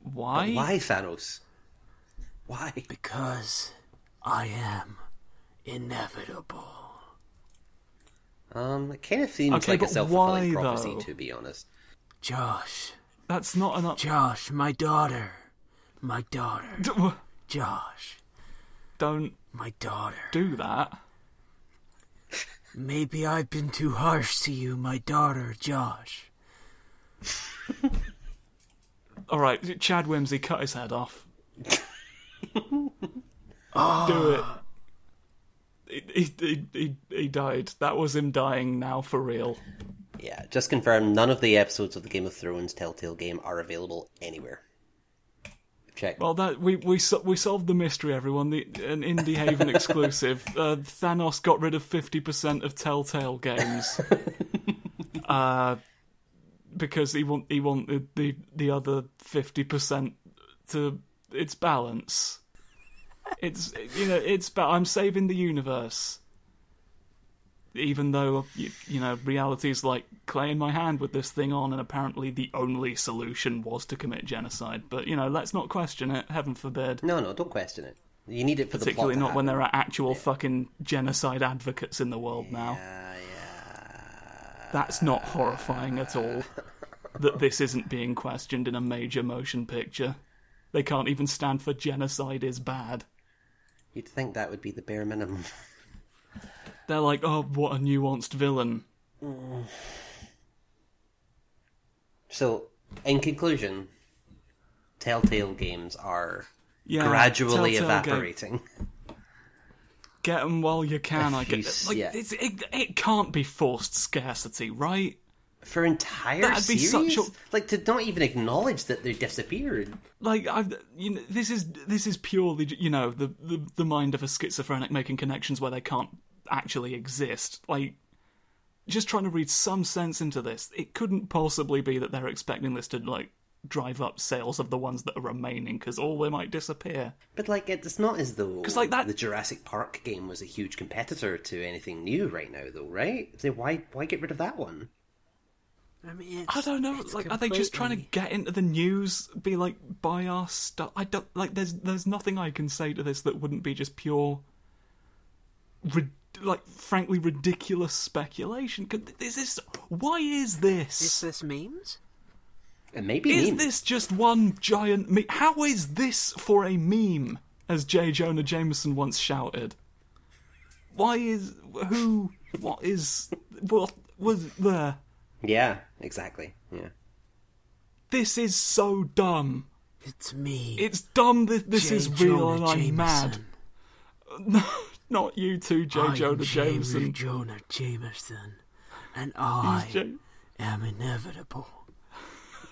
[SPEAKER 4] But
[SPEAKER 3] Why?
[SPEAKER 4] Why, Thanos? Why?
[SPEAKER 2] Because I am inevitable.
[SPEAKER 4] Um, it kind of seems
[SPEAKER 3] Okay,
[SPEAKER 4] like a
[SPEAKER 3] but
[SPEAKER 4] self-fulfilling
[SPEAKER 3] why,
[SPEAKER 4] prophecy,
[SPEAKER 3] though?
[SPEAKER 4] to be honest.
[SPEAKER 2] Josh,
[SPEAKER 3] That's not an up.
[SPEAKER 2] Josh, my daughter. My daughter. Josh,
[SPEAKER 3] Don't
[SPEAKER 2] my daughter.
[SPEAKER 3] do that.
[SPEAKER 2] Maybe I've been too harsh to you, my daughter, Josh.
[SPEAKER 3] All right, Chad Whimsy cut his head off.
[SPEAKER 4] Ah.
[SPEAKER 3] do it. He, he, he, he died. That was him dying now for real.
[SPEAKER 4] Yeah, just confirm none of the episodes of the Game of Thrones Telltale game are available anywhere. Check.
[SPEAKER 3] Well, that we we so- we solved the mystery, everyone. The an indie haven exclusive. Uh, Thanos got rid of fifty percent of Telltale games, uh, because he want he wanted the the other fifty percent to its balance. It's you know it's ba- I'm saving the universe, even though you, you know reality's like clay in my hand with this thing on, and apparently the only solution was to commit genocide. But you know let's not question it. Heaven forbid.
[SPEAKER 4] no, no, don't question it. You need it for the plot.
[SPEAKER 3] Particularly
[SPEAKER 4] to
[SPEAKER 3] not when there
[SPEAKER 4] happen.
[SPEAKER 3] are actual fucking genocide advocates in the world now. That's not horrifying at all. That this isn't being questioned in a major motion picture. They can't even stand for genocide is bad.
[SPEAKER 4] You'd think that would be the bare minimum.
[SPEAKER 3] They're like, oh, what a nuanced villain.
[SPEAKER 4] So, in conclusion, Telltale games are
[SPEAKER 3] Yeah,
[SPEAKER 4] gradually
[SPEAKER 3] Telltale Game-
[SPEAKER 4] evaporating.
[SPEAKER 3] Get them while you can. I
[SPEAKER 4] If you
[SPEAKER 3] guess.
[SPEAKER 4] s-
[SPEAKER 3] Like,
[SPEAKER 4] yeah.
[SPEAKER 3] it's, it, it can't be forced scarcity, right?
[SPEAKER 4] For entire
[SPEAKER 3] That'd be such
[SPEAKER 4] series,
[SPEAKER 3] a-
[SPEAKER 4] like to not even acknowledge that they disappeared.
[SPEAKER 3] like I've you know this is this is purely you know the, the the mind of a schizophrenic making connections where they can't actually exist like just trying to read some sense into this it couldn't possibly be that they're expecting this to like drive up sales of the ones that are remaining because all they might disappear
[SPEAKER 4] But like, it's not as though
[SPEAKER 3] 'Cause, like, that-
[SPEAKER 4] the Jurassic Park game was a huge competitor to anything new right now, though, right? So why why get rid of that one?
[SPEAKER 2] I mean, it's,
[SPEAKER 3] I don't know.
[SPEAKER 2] it's
[SPEAKER 3] Like, are they just trying to
[SPEAKER 2] completely-
[SPEAKER 3] get into the news? Be like, buy our stuff. I don't like. There's there's nothing I can say to this that wouldn't be just pure, rid- like, frankly ridiculous speculation. Could- Is this? Why is
[SPEAKER 2] Is
[SPEAKER 3] this?
[SPEAKER 2] this memes?
[SPEAKER 4] And maybe
[SPEAKER 3] Is
[SPEAKER 4] memes.
[SPEAKER 3] this just one giant meme? How is this for a meme? As J. Jonah Jameson once shouted. Why is who? What is? What was there?
[SPEAKER 4] Yeah, exactly. Yeah.
[SPEAKER 3] This is so dumb.
[SPEAKER 2] It's me.
[SPEAKER 3] It's dumb that this
[SPEAKER 2] J.
[SPEAKER 3] is real and
[SPEAKER 2] Jonah
[SPEAKER 3] I'm mad.
[SPEAKER 2] Jameson.
[SPEAKER 3] Not you too, J.
[SPEAKER 2] I'm
[SPEAKER 3] Jonah Jameson.
[SPEAKER 2] J. Jonah Jameson. And I
[SPEAKER 3] J-
[SPEAKER 2] am inevitable.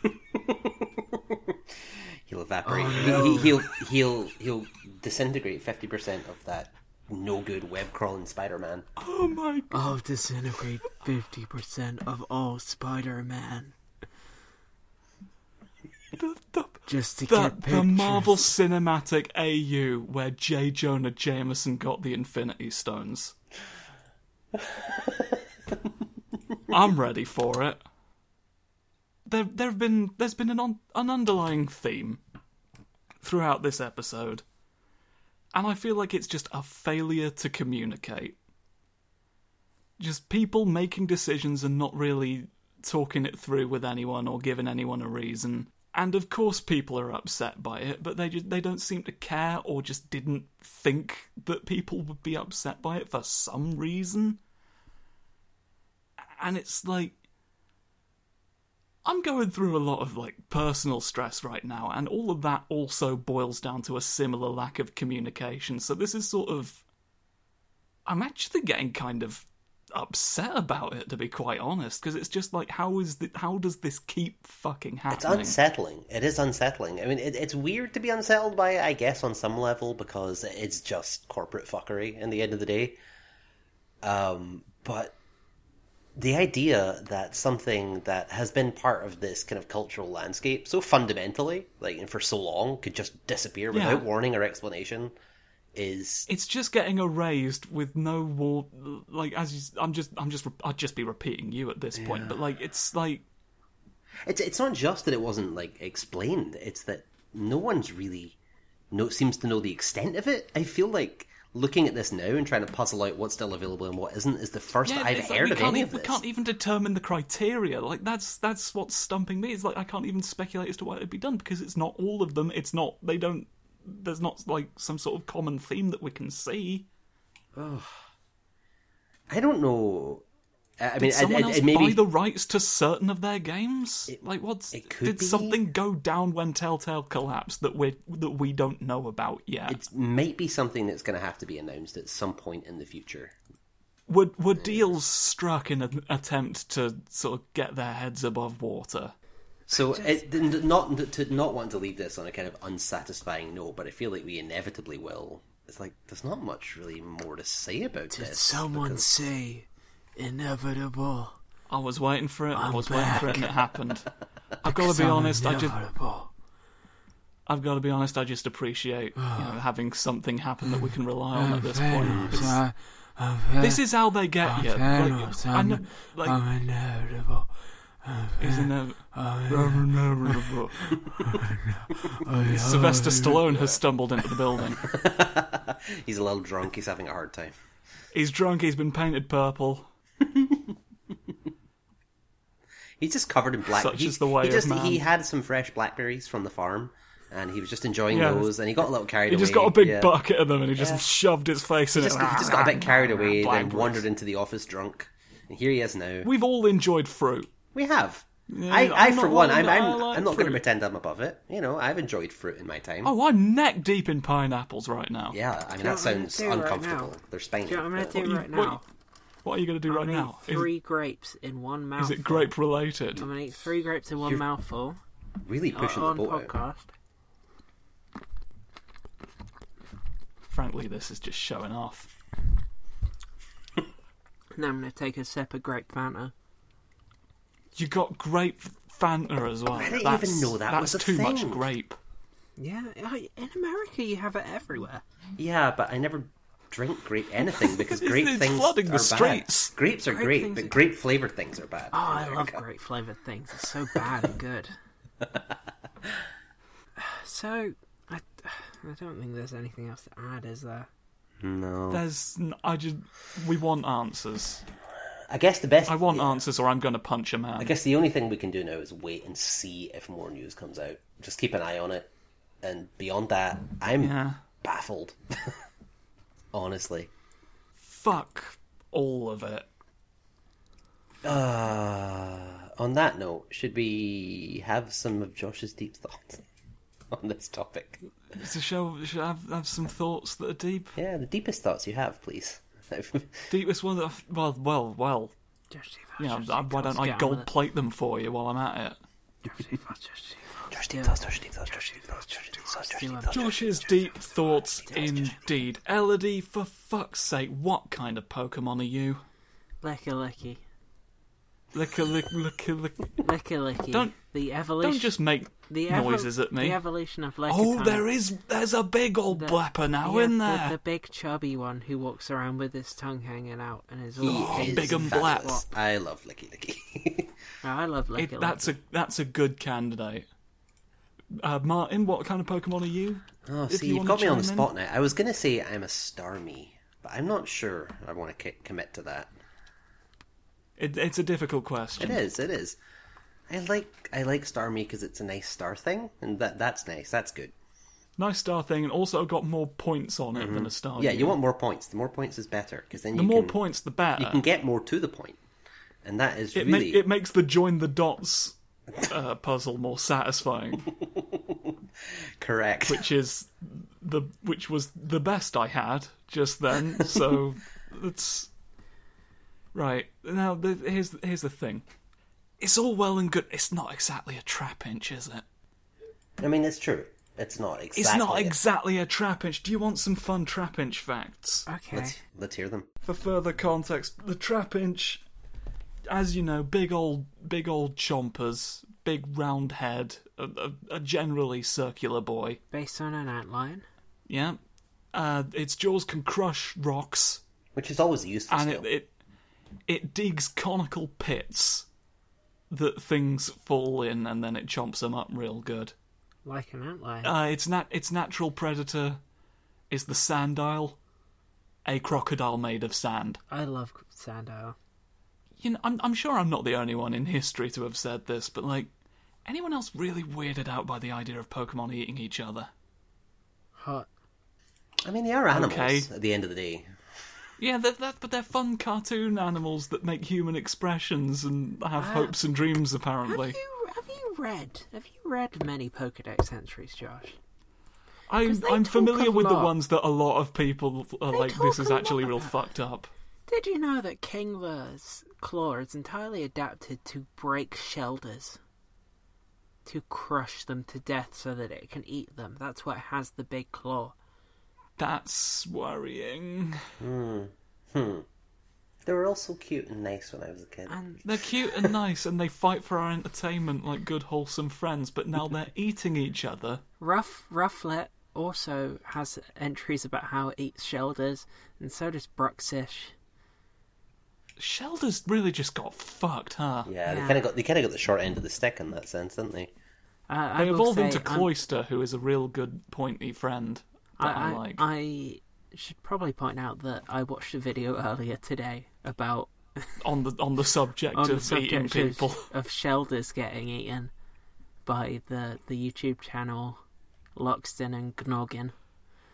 [SPEAKER 3] Oh,
[SPEAKER 4] He'll evaporate. He, he, he'll he'll he'll disintegrate fifty percent of that no good web crawling Spider Man.
[SPEAKER 3] Oh my god.
[SPEAKER 2] I'll disintegrate 50% of all Spider Man
[SPEAKER 3] The, the,
[SPEAKER 2] just to
[SPEAKER 3] the,
[SPEAKER 2] get
[SPEAKER 3] the
[SPEAKER 2] pictures.
[SPEAKER 3] Marvel Cinematic AU where J. Jonah Jameson got the Infinity Stones. I'm ready for it. There, there have been, there's been an, on, an underlying theme throughout this episode, and I feel like it's just a failure to communicate. Just people making decisions and not really talking it through with anyone or giving anyone a reason. And of course, people are upset by it, but they just, they don't seem to care or just didn't think that people would be upset by it for some reason. And it's like I'm going through a lot of like personal stress right now, and all of that also boils down to a similar lack of communication. So this is sort of I'm actually getting kind of upset about it to be quite honest because it's just like how is the, how does this keep fucking
[SPEAKER 4] It's
[SPEAKER 3] happening?
[SPEAKER 4] unsettling. It is unsettling. I mean, it, it's weird to be unsettled by it, I guess, on some level, because it's just corporate fuckery in the end of the day. Um, but the idea that something that has been part of this kind of cultural landscape so fundamentally, like, and for so long, could just disappear
[SPEAKER 3] Yeah.
[SPEAKER 4] without warning or explanation is
[SPEAKER 3] it's just getting erased with no war like as you, i'm just i'm just i'd just be repeating you at this point but like it's like
[SPEAKER 4] It's it's not just that it wasn't like explained. It's that no one's really no seems to know the extent of it. I feel like looking at this now and trying to puzzle out what's still available and what isn't is the first
[SPEAKER 3] yeah,
[SPEAKER 4] I've
[SPEAKER 3] it's like
[SPEAKER 4] heard
[SPEAKER 3] we,
[SPEAKER 4] of
[SPEAKER 3] can't
[SPEAKER 4] any
[SPEAKER 3] even,
[SPEAKER 4] of
[SPEAKER 3] we
[SPEAKER 4] this.
[SPEAKER 3] can't e- even determine the criteria like that's that's what's stumping me it's like i can't even speculate as to why it'd be done because it's not all of them it's not they don't there's not like some sort of common theme that we can see
[SPEAKER 4] I don't know. I I mean,
[SPEAKER 3] did someone
[SPEAKER 4] I, I,
[SPEAKER 3] else
[SPEAKER 4] I maybe
[SPEAKER 3] buy the rights to certain of their games like what's
[SPEAKER 4] it could
[SPEAKER 3] did
[SPEAKER 4] be.
[SPEAKER 3] something go down when telltale collapsed that we that we don't know about yet
[SPEAKER 4] it might be something that's going to have to be announced at some point in the future.
[SPEAKER 3] Were were
[SPEAKER 4] uh,
[SPEAKER 3] deals struck in an attempt to sort of get their heads above water?
[SPEAKER 4] So it, n- not to not want to leave this on a kind of unsatisfying note, but I feel like we inevitably will. It's like there's not much really more to say about
[SPEAKER 2] Did
[SPEAKER 4] this.
[SPEAKER 2] someone
[SPEAKER 4] because-
[SPEAKER 2] say inevitable?
[SPEAKER 3] I was waiting for it. i
[SPEAKER 2] I'm
[SPEAKER 3] was waiting for it, and it happened. I've got to be
[SPEAKER 2] Someone
[SPEAKER 3] honest. I just
[SPEAKER 2] inevitable.
[SPEAKER 3] I've got to be honest. I just appreciate you know, having something happen that we can rely on at this point.
[SPEAKER 2] Thanos,
[SPEAKER 3] It's-
[SPEAKER 2] I- I'm Thanos,
[SPEAKER 3] This is how they get you.
[SPEAKER 2] Thanos,
[SPEAKER 3] Like, I know,
[SPEAKER 2] I'm,
[SPEAKER 3] like,
[SPEAKER 2] I'm inevitable.
[SPEAKER 3] isn't it-
[SPEAKER 2] I-
[SPEAKER 3] Sylvester Stallone has stumbled into the building.
[SPEAKER 4] He's a little drunk. He's having a hard time.
[SPEAKER 3] He's drunk. He's been painted purple.
[SPEAKER 4] He's just covered in black.
[SPEAKER 3] Such
[SPEAKER 4] he,
[SPEAKER 3] is the way
[SPEAKER 4] he
[SPEAKER 3] of
[SPEAKER 4] just
[SPEAKER 3] man.
[SPEAKER 4] he had some fresh blackberries from the farm, and he was just enjoying
[SPEAKER 3] Yeah.
[SPEAKER 4] those. And he got a little carried
[SPEAKER 3] He
[SPEAKER 4] away.
[SPEAKER 3] just got a big
[SPEAKER 4] yeah.
[SPEAKER 3] bucket of them and he just shoved his face in
[SPEAKER 4] Just,
[SPEAKER 3] it.
[SPEAKER 4] he just got a
[SPEAKER 2] Ah,
[SPEAKER 4] bit carried away, then
[SPEAKER 3] Blackberries.
[SPEAKER 4] wandered into the office drunk, and here he is now. We,
[SPEAKER 3] We've all enjoyed fruit.
[SPEAKER 4] have.
[SPEAKER 3] Yeah, I'm
[SPEAKER 4] I, I,
[SPEAKER 3] not
[SPEAKER 4] for one,
[SPEAKER 3] one
[SPEAKER 4] I'm,
[SPEAKER 3] that I
[SPEAKER 4] I'm,
[SPEAKER 3] like
[SPEAKER 4] I'm not going
[SPEAKER 3] fruit.
[SPEAKER 4] to pretend I'm above it. You know, I've enjoyed fruit in my time.
[SPEAKER 3] Oh, I'm neck deep in pineapples right now.
[SPEAKER 4] yeah. I mean,
[SPEAKER 2] Do you know
[SPEAKER 4] that
[SPEAKER 2] what I'm gonna
[SPEAKER 4] sounds
[SPEAKER 2] do right
[SPEAKER 4] uncomfortable.
[SPEAKER 2] now?
[SPEAKER 4] They're spiny.
[SPEAKER 2] Do you know what I'm
[SPEAKER 4] but-
[SPEAKER 2] going to do
[SPEAKER 3] you-
[SPEAKER 2] right
[SPEAKER 3] what you-
[SPEAKER 2] now?
[SPEAKER 3] What are you going to do
[SPEAKER 2] I'm
[SPEAKER 3] right
[SPEAKER 2] going to
[SPEAKER 3] now?
[SPEAKER 2] eat
[SPEAKER 3] Is,
[SPEAKER 2] three grapes in one
[SPEAKER 3] is
[SPEAKER 2] mouthful.
[SPEAKER 3] it grape related?
[SPEAKER 2] I'm going to eat three grapes in one mouthful
[SPEAKER 4] Really
[SPEAKER 2] on,
[SPEAKER 4] pushing
[SPEAKER 2] on
[SPEAKER 4] the boat. Out.
[SPEAKER 2] podcast.
[SPEAKER 3] Frankly, this is just showing off.
[SPEAKER 2] And then I'm going to take a sip of grape Fanta.
[SPEAKER 3] You got grape Fanta as well.
[SPEAKER 4] I didn't
[SPEAKER 3] that's,
[SPEAKER 4] even know that
[SPEAKER 3] that's
[SPEAKER 4] was a
[SPEAKER 3] too much
[SPEAKER 4] thing.
[SPEAKER 3] grape.
[SPEAKER 2] Yeah, I- in America you have it everywhere.
[SPEAKER 4] Yeah, but I never drink grape anything because
[SPEAKER 3] It's-
[SPEAKER 4] grape
[SPEAKER 3] it's
[SPEAKER 4] things
[SPEAKER 3] flooding the
[SPEAKER 4] are
[SPEAKER 3] streets.
[SPEAKER 4] bad. Grapes are
[SPEAKER 2] Grape
[SPEAKER 4] great,
[SPEAKER 2] things
[SPEAKER 4] but
[SPEAKER 2] are-
[SPEAKER 4] grape flavored things are bad.
[SPEAKER 2] Oh, I love grape flavored things. It's so bad and good. So, I, I don't think there's anything else to add, is there? Oh.
[SPEAKER 4] No.
[SPEAKER 3] There's, n- I just, we want answers.
[SPEAKER 4] I guess the best.
[SPEAKER 3] I want answers, or I'm going to punch a man.
[SPEAKER 4] I guess the only thing we can do now is wait and see if more news comes out. Just keep an eye on it, and beyond that, I'm
[SPEAKER 3] Yeah.
[SPEAKER 4] baffled. Honestly,
[SPEAKER 3] Fuck all of it.
[SPEAKER 4] uh, on that note, should we have some of Josh's deep thoughts on this topic?
[SPEAKER 3] So shall, shall I have, have some thoughts that are deep?
[SPEAKER 4] Yeah, the deepest thoughts you have, please.
[SPEAKER 3] Deepest one that I've, well, well, well.
[SPEAKER 2] Just see if
[SPEAKER 3] Yeah,
[SPEAKER 2] just
[SPEAKER 3] I- why
[SPEAKER 2] let's
[SPEAKER 3] don't I
[SPEAKER 2] get on with
[SPEAKER 3] gold plate them for you while I'm at it?
[SPEAKER 2] it. Just see if- just see if- thoughts. do
[SPEAKER 4] Deep thoughts,
[SPEAKER 2] it.
[SPEAKER 4] Josh, deep thoughts, Josh, deep thoughts, Josh, deep thoughts, Josh, deep
[SPEAKER 2] Do
[SPEAKER 4] thoughts.
[SPEAKER 2] it.
[SPEAKER 3] Josh's deep thoughts indeed. Elodie, for fuck's sake, what kind of Pokemon are you?
[SPEAKER 2] Licky licky.
[SPEAKER 3] Licka, lick, licka, lick.
[SPEAKER 2] Licky licky.
[SPEAKER 3] Don't-
[SPEAKER 2] the evolution.
[SPEAKER 3] Don't just make
[SPEAKER 2] the evo-
[SPEAKER 3] noises at me.
[SPEAKER 2] The evolution of Lickitung.
[SPEAKER 3] Oh, there is. There's a big old
[SPEAKER 2] The-
[SPEAKER 3] blapper now,
[SPEAKER 2] yeah,
[SPEAKER 3] in
[SPEAKER 2] the-
[SPEAKER 3] there?
[SPEAKER 2] The, big chubby one who walks around with his tongue hanging out and is all.
[SPEAKER 3] Oh,
[SPEAKER 4] He
[SPEAKER 2] pink.
[SPEAKER 4] is
[SPEAKER 3] big and black.
[SPEAKER 4] fabulous. I love Licky Licky.
[SPEAKER 2] Oh, I love Licky
[SPEAKER 3] It- that's
[SPEAKER 2] licky.
[SPEAKER 3] a that's a good candidate. Uh, Martin, what kind of Pokemon are you?
[SPEAKER 4] oh,
[SPEAKER 3] If
[SPEAKER 4] see,
[SPEAKER 3] you
[SPEAKER 4] you have
[SPEAKER 3] wanna
[SPEAKER 4] got me on the
[SPEAKER 3] chime in.
[SPEAKER 4] spot now. I was going to say I'm a Starmie, but I'm not sure I want to commit to that.
[SPEAKER 3] It, it's a difficult
[SPEAKER 4] It
[SPEAKER 3] question.
[SPEAKER 4] is. It is. I like I like Starmie because it's a nice star thing, and that that's nice. That's good.
[SPEAKER 3] Nice star thing, and also got more points on it than a star.
[SPEAKER 4] Mm-hmm. Yeah, you want more points. The more points is better because then
[SPEAKER 3] the
[SPEAKER 4] you
[SPEAKER 3] more
[SPEAKER 4] can,
[SPEAKER 3] points, the
[SPEAKER 4] you
[SPEAKER 3] better.
[SPEAKER 4] can get more to the point, and that is
[SPEAKER 3] it, ma-
[SPEAKER 4] really
[SPEAKER 3] it makes the join the dots uh, puzzle more satisfying,
[SPEAKER 4] correct.
[SPEAKER 3] which is the which was the best I had just then. So that's right. Now the, here's here's the thing. It's all well and good. It's not exactly a trap inch, is it?
[SPEAKER 4] I mean, it's true. It's not exactly.
[SPEAKER 3] It's not
[SPEAKER 4] it.
[SPEAKER 3] exactly a trap inch. Do you want some fun trap inch facts?
[SPEAKER 2] Okay.
[SPEAKER 4] Let's let's hear them.
[SPEAKER 3] For further context, the trap inch, as you know, big old, big old chompers, big round head, a, a, a generally circular boy.
[SPEAKER 2] Based on an outline.
[SPEAKER 3] Yeah, uh, its jaws can crush rocks,
[SPEAKER 4] Which is always a useful
[SPEAKER 3] and
[SPEAKER 4] skill.
[SPEAKER 3] it, it it digs conical pits that things fall in, and then it chomps them up real good.
[SPEAKER 2] Like an outline.
[SPEAKER 3] Uh, its nat- its natural predator is the sandile, a crocodile made of sand.
[SPEAKER 2] I love Sandile.
[SPEAKER 3] You know, I'm I'm sure I'm not the only one in history to have said this, but like, anyone else really weirded out by the idea of Pokemon eating each other?
[SPEAKER 2] Hot.
[SPEAKER 4] I mean, they are animals
[SPEAKER 3] Okay.
[SPEAKER 4] at the end of the day.
[SPEAKER 3] Yeah, they're, they're, but they're fun cartoon animals that make human expressions and have hopes and dreams.
[SPEAKER 2] Have
[SPEAKER 3] Apparently,
[SPEAKER 2] you have you read have you read many Pokedex entries, Josh?
[SPEAKER 3] I'm
[SPEAKER 2] they
[SPEAKER 3] I'm
[SPEAKER 2] talk
[SPEAKER 3] familiar
[SPEAKER 2] a
[SPEAKER 3] with the
[SPEAKER 2] lot.
[SPEAKER 3] ones that a lot of people are
[SPEAKER 2] They
[SPEAKER 3] like. This
[SPEAKER 2] talk
[SPEAKER 3] is
[SPEAKER 2] a lot
[SPEAKER 3] actually real
[SPEAKER 2] about
[SPEAKER 3] fucked up.
[SPEAKER 2] Did you know that Kingva's claw is entirely adapted to break shelters? To crush them to death so that it can eat them. That's why it has the big claw.
[SPEAKER 3] That's worrying.
[SPEAKER 4] Hmm. They were all so cute and nice when I was a kid.
[SPEAKER 2] And
[SPEAKER 3] They're cute and nice, and they fight for our entertainment like good, wholesome friends. But now they're eating each other.
[SPEAKER 2] Ruff Rufflet also has entries about how it eats shelters, and so does Bruxish.
[SPEAKER 3] Shelders really just got fucked, huh?
[SPEAKER 4] yeah, they
[SPEAKER 2] Yeah.
[SPEAKER 4] kind of got they kind of got the short end of the stick in that sense, didn't they?
[SPEAKER 2] Uh, I
[SPEAKER 3] They
[SPEAKER 2] will
[SPEAKER 3] evolved
[SPEAKER 2] say
[SPEAKER 3] into
[SPEAKER 2] I'm-
[SPEAKER 3] Cloyster, who is a real good pointy friend that I, like.
[SPEAKER 2] I should probably point out that I watched a video earlier today about
[SPEAKER 3] on the on the subject
[SPEAKER 2] on
[SPEAKER 3] of
[SPEAKER 2] the
[SPEAKER 3] eating
[SPEAKER 2] subject of,
[SPEAKER 3] people.
[SPEAKER 2] of Shelders getting eaten by the the YouTube channel Loxton and Gnoggin.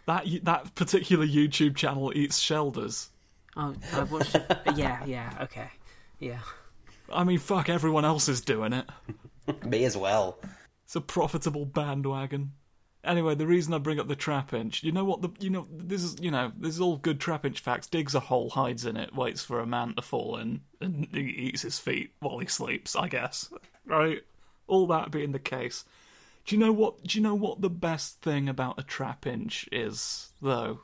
[SPEAKER 3] That that particular YouTube channel eats Shelders.
[SPEAKER 2] Oh, I watched. yeah, yeah, okay, yeah.
[SPEAKER 3] I mean, fuck, everyone else is doing it.
[SPEAKER 4] May as well.
[SPEAKER 3] It's a profitable bandwagon. Anyway, the reason I bring up the trap inch, you know what the you know this is you know this is all good trap inch facts. Digs a hole, hides in it, waits for a man to fall in, and he eats his feet while he sleeps. I guess, right? All that being the case, do you know what? Do you know what the best thing about a trap inch is, though?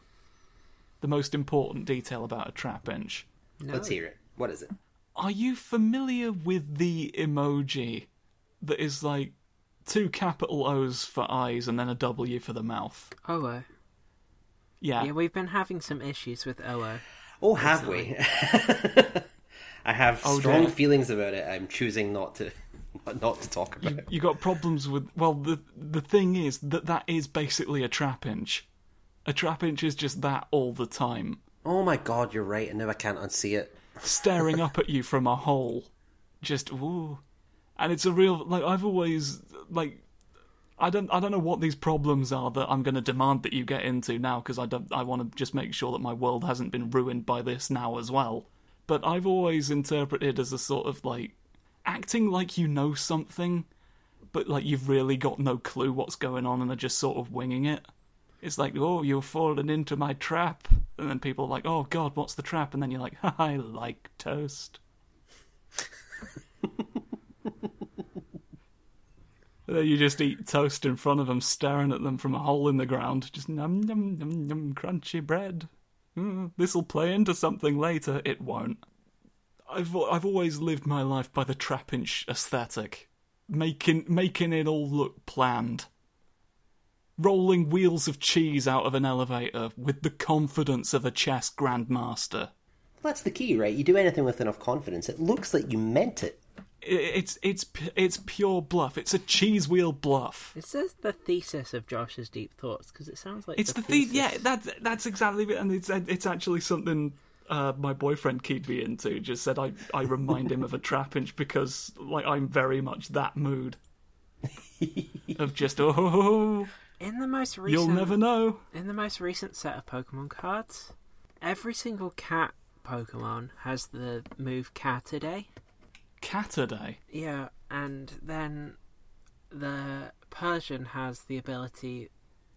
[SPEAKER 3] The most important detail about a trap inch.
[SPEAKER 4] Let's hear it. What is it?
[SPEAKER 3] Are you familiar with the emoji that is like two capital O's for eyes and then a W for the mouth?
[SPEAKER 2] Oh, uh,
[SPEAKER 3] Yeah.
[SPEAKER 2] yeah, we've been having some issues with OO.
[SPEAKER 4] Oh, have we? I have
[SPEAKER 3] Oh,
[SPEAKER 4] strong
[SPEAKER 3] dear.
[SPEAKER 4] feelings about it. I'm choosing not to not, not to talk about it.
[SPEAKER 3] you got problems with well the the thing is that that is basically a trap inch. A trap inch is just that all the time,
[SPEAKER 4] Oh my god, you're right, and now I can't unsee it.
[SPEAKER 3] staring up at you from a hole. Just ooh. And it's a real like I've always like I don't I don't know what these problems are that I'm going to demand that you get into now because I don't I want to just make sure that my world hasn't been ruined by this now as well. But I've always interpreted as a sort of like acting like you know something but like you've really got no clue what's going on and are just sort of winging it. It's like, "Oh, you've fallen into my trap." And then people are like, "Oh god, what's the trap?" And then you're like, "I like toast." Then you just eat toast in front of them, staring at them from a hole in the ground. Just num num num num crunchy bread. Mm, this'll play into something later. It won't. I've I've always lived my life by the trapinch aesthetic, making making it all look planned. Rolling wheels of cheese out of an elevator with the confidence of a chess grandmaster.
[SPEAKER 4] That's the key, right? You do anything with enough confidence, it looks like you meant it.
[SPEAKER 3] I- It's it's p- it's pure bluff. It's a cheese wheel bluff.
[SPEAKER 2] It says the thesis of Josh's deep thoughts because it sounds like
[SPEAKER 3] It's the, the
[SPEAKER 2] thesis.
[SPEAKER 3] yeah. That's that's exactly it, and it's it's actually something uh, my boyfriend keyed me into. Just said I I remind him of a trapinch because like I'm very much that mood of just oh
[SPEAKER 2] in the most recent
[SPEAKER 3] you'll never know.
[SPEAKER 2] in the most recent set of Pokemon cards, every single cat Pokemon has the move Caturday.
[SPEAKER 3] Catterday.
[SPEAKER 2] Yeah, and then the Persian has the ability,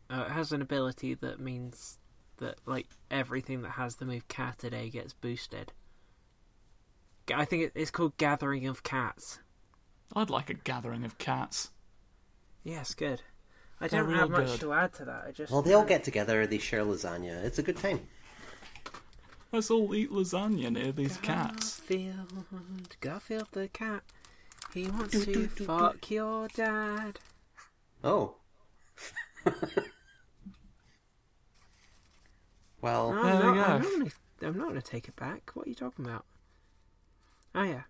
[SPEAKER 2] uh, has an ability that means that like everything that has the move cat today gets boosted. G- I think it- it's called Gathering of Cats.
[SPEAKER 3] I'd like a gathering of cats.
[SPEAKER 2] Yes, good. I
[SPEAKER 3] They're
[SPEAKER 2] don't have
[SPEAKER 3] real
[SPEAKER 2] much
[SPEAKER 3] good.
[SPEAKER 2] to add to that. I just
[SPEAKER 4] Well, they all get together, they share lasagna. It's a good time.
[SPEAKER 3] Let's all eat lasagna near these cats.
[SPEAKER 2] Garfield, Garfield the cat. He wants to fuck your dad.
[SPEAKER 4] Oh. well,
[SPEAKER 2] No,
[SPEAKER 3] There
[SPEAKER 2] no,
[SPEAKER 3] we
[SPEAKER 2] I'm
[SPEAKER 3] go.
[SPEAKER 2] not, gonna, I'm not gonna take it back. What are you talking about? Oh yeah,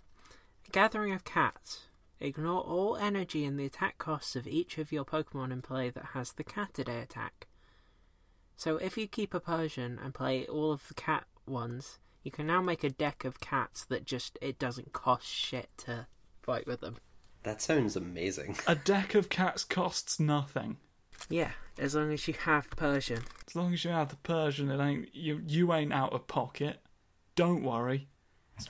[SPEAKER 2] gathering of cats. Ignore all energy and the attack costs of each of your Pokemon in play that has the cat today attack. So if you keep a Persian and play all of the cat ones, you can now make a deck of cats that just it doesn't cost shit to fight with them.
[SPEAKER 4] that sounds amazing.
[SPEAKER 3] A deck of cats costs nothing.
[SPEAKER 2] Yeah, as long as you have Persian.
[SPEAKER 3] As long as you have the Persian, it ain't you. You ain't out of pocket. Don't worry,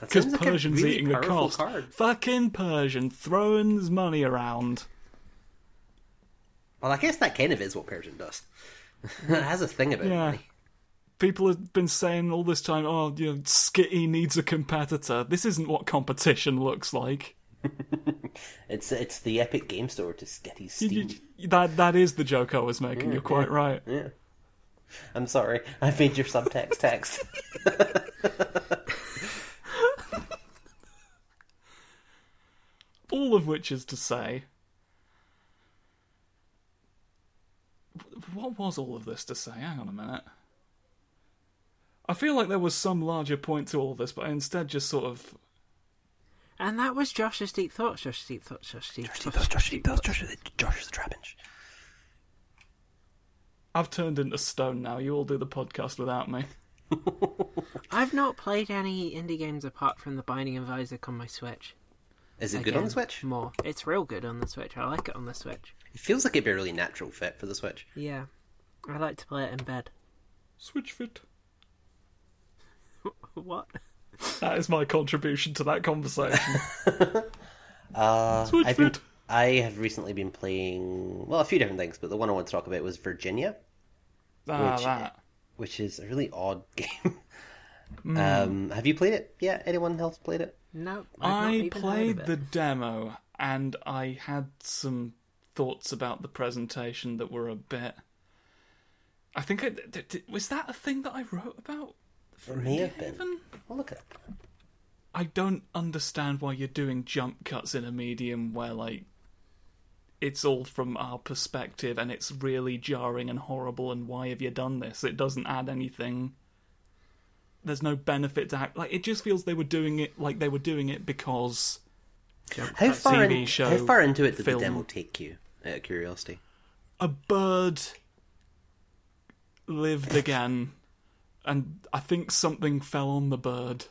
[SPEAKER 4] That
[SPEAKER 3] because
[SPEAKER 4] sounds like a
[SPEAKER 3] Persian's
[SPEAKER 4] really
[SPEAKER 3] eating the
[SPEAKER 4] powerful
[SPEAKER 3] cost.
[SPEAKER 4] card.
[SPEAKER 3] Fucking Persian throwing his money around.
[SPEAKER 4] Well, I guess that kind of is what Persian does. it has a thing about
[SPEAKER 3] Yeah.
[SPEAKER 4] it.
[SPEAKER 3] People have been saying all this time, "Oh, you know, Skitty needs a competitor." This isn't what competition looks like.
[SPEAKER 4] It's it's the Epic Game Store to Skitty
[SPEAKER 3] You-
[SPEAKER 4] Steam. Mm,
[SPEAKER 3] you- that that is the joke I was making. You're quite right.
[SPEAKER 4] Yeah. I'm sorry, I made your subtext text.
[SPEAKER 3] All of which is to say, what was all of this to say? Hang on a minute. I feel like there was some larger point to all this, but I instead just sort of
[SPEAKER 2] And that was Josh's deep thoughts. Josh's deep thoughts. Josh's deep thoughts.
[SPEAKER 4] Josh, Josh is the trapinch.
[SPEAKER 3] I've turned into stone now. You all do the podcast without me.
[SPEAKER 2] I've not played any indie games apart from The Binding of Isaac on my Switch.
[SPEAKER 4] Is it good on
[SPEAKER 2] Again,
[SPEAKER 4] the Switch?
[SPEAKER 2] More. It's real good on the Switch. I like it on the Switch.
[SPEAKER 4] It feels like it'd be a really natural fit for the Switch.
[SPEAKER 2] Yeah. I like to play it in bed.
[SPEAKER 3] Switch fit.
[SPEAKER 2] What?
[SPEAKER 3] That is my contribution to that conversation.
[SPEAKER 4] Uh,
[SPEAKER 3] Switch
[SPEAKER 4] I've been-
[SPEAKER 3] fit.
[SPEAKER 4] I have recently been playing well a few different things, but the one I want to talk about was Virginia,
[SPEAKER 3] ah,
[SPEAKER 4] Which-
[SPEAKER 3] that.
[SPEAKER 4] which is a really odd game.
[SPEAKER 3] Hmm.
[SPEAKER 4] Um, have you played it? Yeah, anyone else played it?
[SPEAKER 2] No. I've not
[SPEAKER 3] I
[SPEAKER 2] even
[SPEAKER 3] played
[SPEAKER 2] heard
[SPEAKER 3] the
[SPEAKER 2] of it.
[SPEAKER 3] demo and I had some thoughts about the presentation that were a bit. I think I d- d- was that a thing that I wrote about.
[SPEAKER 4] It may have been.
[SPEAKER 3] Even
[SPEAKER 4] Well, look at it.
[SPEAKER 3] I don't understand why you're doing jump cuts in a medium where like it's all from our perspective and it's really jarring and horrible and why have you done this? It doesn't add anything. There's no benefit to act like it just feels they were doing it like they were doing it because
[SPEAKER 4] How far,
[SPEAKER 3] TV
[SPEAKER 4] in-
[SPEAKER 3] show,
[SPEAKER 4] how far into it did
[SPEAKER 3] film.
[SPEAKER 4] the demo take you? Out of curiosity.
[SPEAKER 3] a bird lived again and I think something fell on the bird.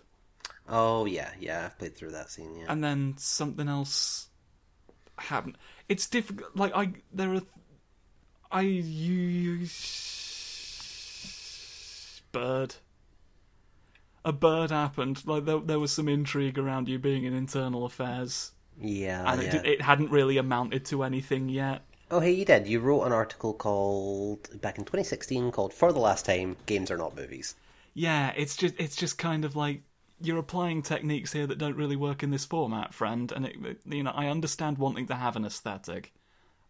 [SPEAKER 4] Oh yeah, yeah, I've played through that scene. Yeah,
[SPEAKER 3] and then something else happened. It's difficult. Like I, there are, I you bird. A bird happened. Like there, there was some intrigue around you being in internal affairs,
[SPEAKER 4] yeah,
[SPEAKER 3] and it,
[SPEAKER 4] Oh, yeah.
[SPEAKER 3] did, it hadn't really amounted to anything yet.
[SPEAKER 4] Oh, hey, you did. You wrote an article called back in 2016 called "For the Last Time: Games Are Not Movies."
[SPEAKER 3] Yeah, it's just it's just kind of like you're applying techniques here that don't really work in this format, friend. And it, it- you know, I understand wanting to have an aesthetic.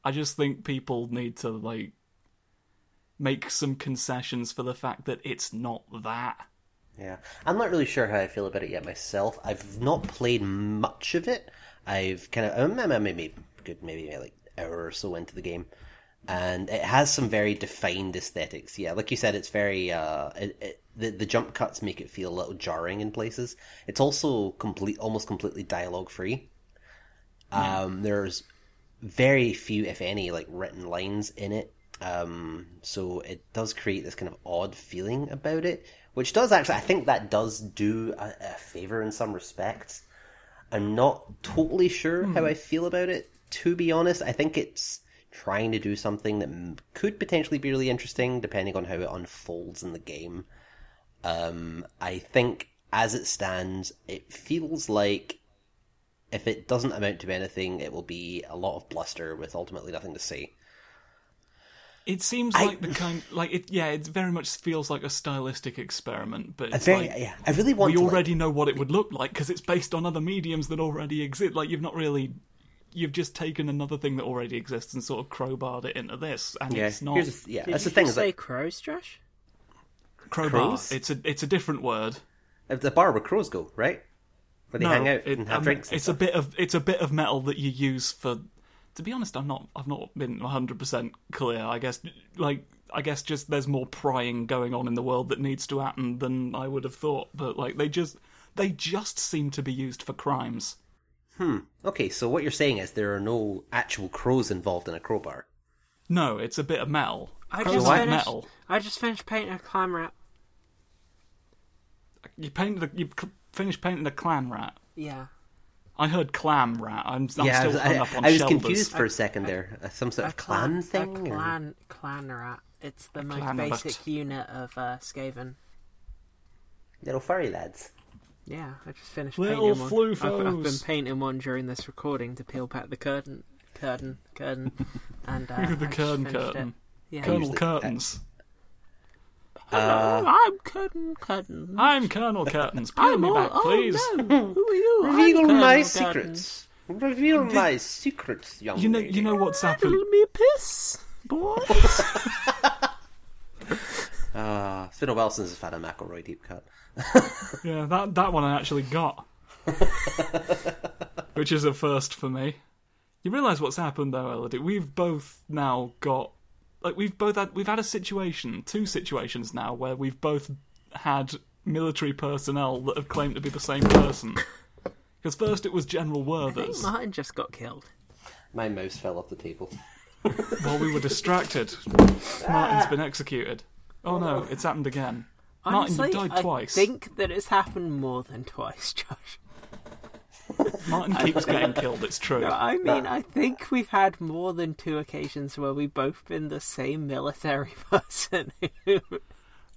[SPEAKER 3] I just think people need to like make some concessions for the fact that it's not that.
[SPEAKER 4] Yeah, I'm not really sure how I feel about it yet myself. I've not played much of it. I've kind of I'm maybe good, maybe like hour or so into the game, and it has some very defined aesthetics. Yeah, like you said, it's very uh, it, it, the the jump cuts make it feel a little jarring in places. It's also complete, almost completely dialogue free. Um, There's very few, if any, like written lines in it. Um, so it does create this kind of odd feeling about it, which does actually, I think that does do a, a favor in some respects. I'm not totally sure how I feel about it, to be honest. I think it's trying to do something that m- could potentially be really interesting, depending on how it unfolds in the game. Um, I think as it stands, it feels like if it doesn't amount to anything, it will be a lot of bluster with ultimately nothing to say.
[SPEAKER 3] It seems like the kind like it yeah, it very much feels like a stylistic experiment, but it's
[SPEAKER 4] Very,
[SPEAKER 3] like
[SPEAKER 4] yeah, I really want
[SPEAKER 3] we
[SPEAKER 4] to. like-
[SPEAKER 3] already know what it would look like because it's based on other mediums that already exist. Like you've not really, you've just taken another thing that already exists and sort of crowbarred it into this, and
[SPEAKER 4] yeah,
[SPEAKER 3] it's not
[SPEAKER 4] here's the- yeah,
[SPEAKER 2] Did
[SPEAKER 4] that's
[SPEAKER 2] you
[SPEAKER 4] the thing.
[SPEAKER 2] just
[SPEAKER 4] Is
[SPEAKER 2] say
[SPEAKER 4] like,
[SPEAKER 2] crows, Josh?
[SPEAKER 3] crowbar.
[SPEAKER 4] Crows?
[SPEAKER 3] It's a it's a different word.
[SPEAKER 4] if the bar where crows go, right? Where they
[SPEAKER 3] no,
[SPEAKER 4] hang out
[SPEAKER 3] it-
[SPEAKER 4] and have
[SPEAKER 3] um,
[SPEAKER 4] drinks. and
[SPEAKER 3] It's a
[SPEAKER 4] stuff.
[SPEAKER 3] bit of it's a bit of metal that you use for. To be honest, I'm not. I've not been 100 percent clear. I guess like I guess just there's more prying going on in the world that needs to happen than I would have thought. But like they just they just seem to be used for crimes.
[SPEAKER 4] Hmm, Okay, so what you're saying is there are no actual crows involved in a crowbar.
[SPEAKER 3] No, it's a bit of metal.
[SPEAKER 2] I
[SPEAKER 3] Crows
[SPEAKER 2] just
[SPEAKER 3] like
[SPEAKER 2] finished.
[SPEAKER 3] metal.
[SPEAKER 2] I just finished painting a clam wrap.
[SPEAKER 3] You painted. A, you cl- finished painting a clam rat.
[SPEAKER 2] Yeah,
[SPEAKER 3] I heard clam rat. I'm, I'm
[SPEAKER 4] yeah, I was,
[SPEAKER 3] still hung
[SPEAKER 4] I,
[SPEAKER 3] up on
[SPEAKER 4] I was
[SPEAKER 3] shoulders.
[SPEAKER 4] confused for a second there. Uh, Some sort
[SPEAKER 2] a
[SPEAKER 4] of clan,
[SPEAKER 2] A
[SPEAKER 4] thing. or-
[SPEAKER 2] clan, clan rat. It's the most
[SPEAKER 3] clan rat.
[SPEAKER 2] basic unit of uh, Skaven.
[SPEAKER 4] Little furry lads.
[SPEAKER 2] Yeah, I just finished
[SPEAKER 3] Little
[SPEAKER 2] painting one. I've, I've been
[SPEAKER 3] floofos.
[SPEAKER 2] painting one during this recording to peel back the curtain, curtain, curtain, and uh,
[SPEAKER 3] the
[SPEAKER 2] I just
[SPEAKER 3] curtain,
[SPEAKER 2] finished it.
[SPEAKER 3] curtain.
[SPEAKER 2] Yeah.
[SPEAKER 3] Colonel
[SPEAKER 4] Usually-
[SPEAKER 3] Curtains.
[SPEAKER 4] Uh,
[SPEAKER 2] Hello, I'm curtain, curtain.
[SPEAKER 3] I'm Colonel Curtains. Peel me
[SPEAKER 2] all-
[SPEAKER 3] back,
[SPEAKER 2] oh,
[SPEAKER 3] please.
[SPEAKER 2] no. Who are you? I'm
[SPEAKER 4] Reveal
[SPEAKER 2] Colonel
[SPEAKER 4] my
[SPEAKER 2] Curtains.
[SPEAKER 4] secrets. Reveal my secrets, young
[SPEAKER 3] You know,
[SPEAKER 4] lady.
[SPEAKER 3] you know what's happened.
[SPEAKER 2] Riddle me piss, boys.
[SPEAKER 4] Uh, it's been a while since I've had a McElroy deep cut.
[SPEAKER 3] Yeah, that that one I actually got, which is a first for me. You realise what's happened though, Elodie? We've both now got like we've both had we've had a situation, two situations now where we've both had military personnel that have claimed to be the same person. Because first it was General Werther's
[SPEAKER 2] Martin just got killed.
[SPEAKER 4] My mouse fell off the table.
[SPEAKER 3] while we were distracted. Martin's been executed. Oh no, it's happened again. Martin,
[SPEAKER 2] Honestly,
[SPEAKER 3] you died
[SPEAKER 2] I
[SPEAKER 3] twice.
[SPEAKER 2] think that it's happened more than twice, Josh.
[SPEAKER 3] Martin keeps getting killed. It's true.
[SPEAKER 2] But I mean, I think we've had more than two occasions where we've both been the same military person. who-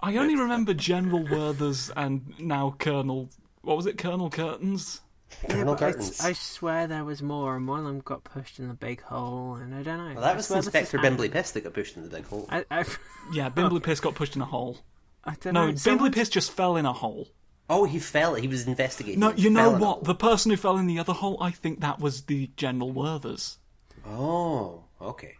[SPEAKER 3] I only remember General Werther's and now Colonel. What was it, Colonel Curtains?
[SPEAKER 4] Colonel
[SPEAKER 2] But I-
[SPEAKER 4] Curtains.
[SPEAKER 2] I swear there was more, and one of them got pushed in the big hole, and I don't know.
[SPEAKER 4] Well, that was Inspector Bimbley
[SPEAKER 2] Bimbley.
[SPEAKER 4] Piss that got pushed in the big hole.
[SPEAKER 2] I, I,
[SPEAKER 3] Yeah, Bimbley Piss got pushed in a hole.
[SPEAKER 2] I don't
[SPEAKER 3] No,
[SPEAKER 2] know.
[SPEAKER 3] Bimbley
[SPEAKER 2] someone-
[SPEAKER 3] Piss just fell in a hole.
[SPEAKER 4] Oh, he fell. He was investigating.
[SPEAKER 3] No,
[SPEAKER 4] He
[SPEAKER 3] you know
[SPEAKER 4] fell in a
[SPEAKER 3] what? The person who fell in the other hole, I think that was the General Werther's.
[SPEAKER 4] hole. Oh, okay.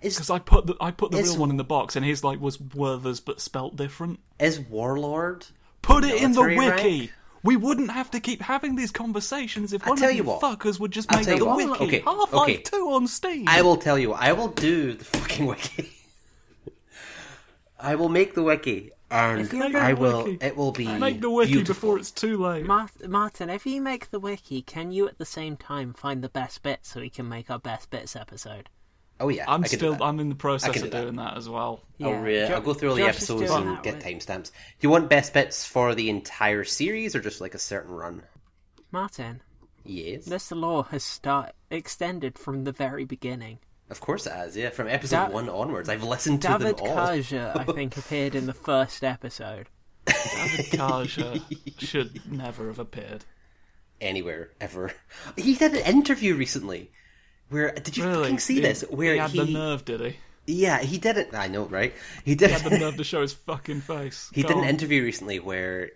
[SPEAKER 3] Because I put the I put the
[SPEAKER 4] It's-
[SPEAKER 3] real one in the box, and his like was Werther's but spelt different.
[SPEAKER 4] Is Warlord?
[SPEAKER 3] Put it in the
[SPEAKER 4] Military
[SPEAKER 3] wiki.
[SPEAKER 4] rank?
[SPEAKER 3] We wouldn't have to keep having these conversations if
[SPEAKER 4] I'll
[SPEAKER 3] one
[SPEAKER 4] tell
[SPEAKER 3] of
[SPEAKER 4] you
[SPEAKER 3] you
[SPEAKER 4] what.
[SPEAKER 3] fuckers would just
[SPEAKER 4] I'll
[SPEAKER 3] make
[SPEAKER 4] tell
[SPEAKER 3] a
[SPEAKER 4] you what.
[SPEAKER 3] wiki.
[SPEAKER 4] Okay,
[SPEAKER 3] Half-Life
[SPEAKER 4] okay.
[SPEAKER 3] 2 on Steam.
[SPEAKER 4] I will tell you. I will do the fucking wiki. I will make the wiki, and
[SPEAKER 2] If you make
[SPEAKER 4] I
[SPEAKER 3] the
[SPEAKER 4] will.
[SPEAKER 3] wiki-
[SPEAKER 4] It will be
[SPEAKER 3] Make the wiki
[SPEAKER 4] beautiful.
[SPEAKER 3] before it's too late.
[SPEAKER 2] Mar- Martin, if you make the wiki, can you at the same time find the best bits so we can make our best bits episode?
[SPEAKER 4] Oh yeah,
[SPEAKER 3] I'm
[SPEAKER 4] I can do
[SPEAKER 3] still
[SPEAKER 4] that.
[SPEAKER 3] I'm in the process
[SPEAKER 4] can
[SPEAKER 3] of
[SPEAKER 4] do that.
[SPEAKER 3] doing that as well.
[SPEAKER 4] I'll, re-
[SPEAKER 2] Jo-
[SPEAKER 4] Oh, I'll go through all the
[SPEAKER 2] Josh is
[SPEAKER 4] episodes
[SPEAKER 2] doing
[SPEAKER 4] and
[SPEAKER 2] that
[SPEAKER 4] get
[SPEAKER 2] with-
[SPEAKER 4] timestamps. Do you want best bits for the entire series or just like a certain run?
[SPEAKER 2] Martin,
[SPEAKER 4] Yes,
[SPEAKER 2] this law has start extended from the very beginning.
[SPEAKER 4] of course it has. Yeah, from episode
[SPEAKER 2] Da-
[SPEAKER 4] one onwards, I've listened to
[SPEAKER 2] David
[SPEAKER 4] them all.
[SPEAKER 2] Kaja, I think, appeared in the first episode.
[SPEAKER 3] David Kaja should never have appeared.
[SPEAKER 4] anywhere ever. He did an interview recently. Where did you
[SPEAKER 3] Really?
[SPEAKER 4] fucking see
[SPEAKER 3] He-
[SPEAKER 4] this? Where
[SPEAKER 3] he had
[SPEAKER 4] he,
[SPEAKER 3] the nerve, did he?
[SPEAKER 4] yeah, he did it. I know, right? He did.
[SPEAKER 3] He had the nerve to show his fucking face.
[SPEAKER 4] he
[SPEAKER 3] Go
[SPEAKER 4] did an
[SPEAKER 3] on.
[SPEAKER 4] interview recently where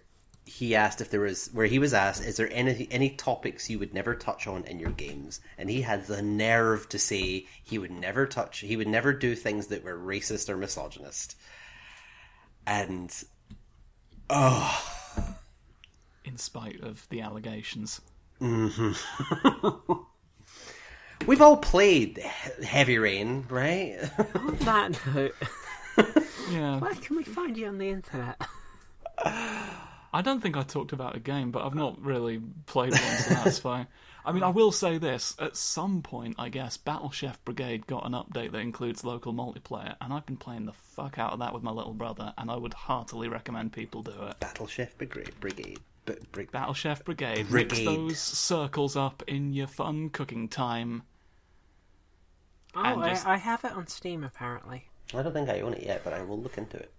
[SPEAKER 4] he asked if there was where he was asked, is there any any topics you would never touch on in your games? And he had the nerve to say he would never touch, he would never do things that were racist or misogynist. And
[SPEAKER 3] in spite of the allegations.
[SPEAKER 4] we've all played He- Heavy Rain, right?
[SPEAKER 2] On that note,
[SPEAKER 3] Yeah.
[SPEAKER 2] where can we find you on the internet?
[SPEAKER 3] I don't think I talked about a game, but I've not really played one, so that's fine. I mean, I will say this: at some point, I guess Battle Chef Brigade got an update that includes local multiplayer, and I've been playing the fuck out of that with my little brother, and I would heartily recommend people do it.
[SPEAKER 4] Battle Chef Brigade, Brigade, but Brig-
[SPEAKER 3] Battle Chef Brigade, mix
[SPEAKER 4] Brigade.
[SPEAKER 3] those circles up in your fun cooking time.
[SPEAKER 2] Oh,
[SPEAKER 3] And
[SPEAKER 2] I,
[SPEAKER 3] just-
[SPEAKER 2] I have it on Steam apparently.
[SPEAKER 4] I don't think I own it yet, but I will look into it.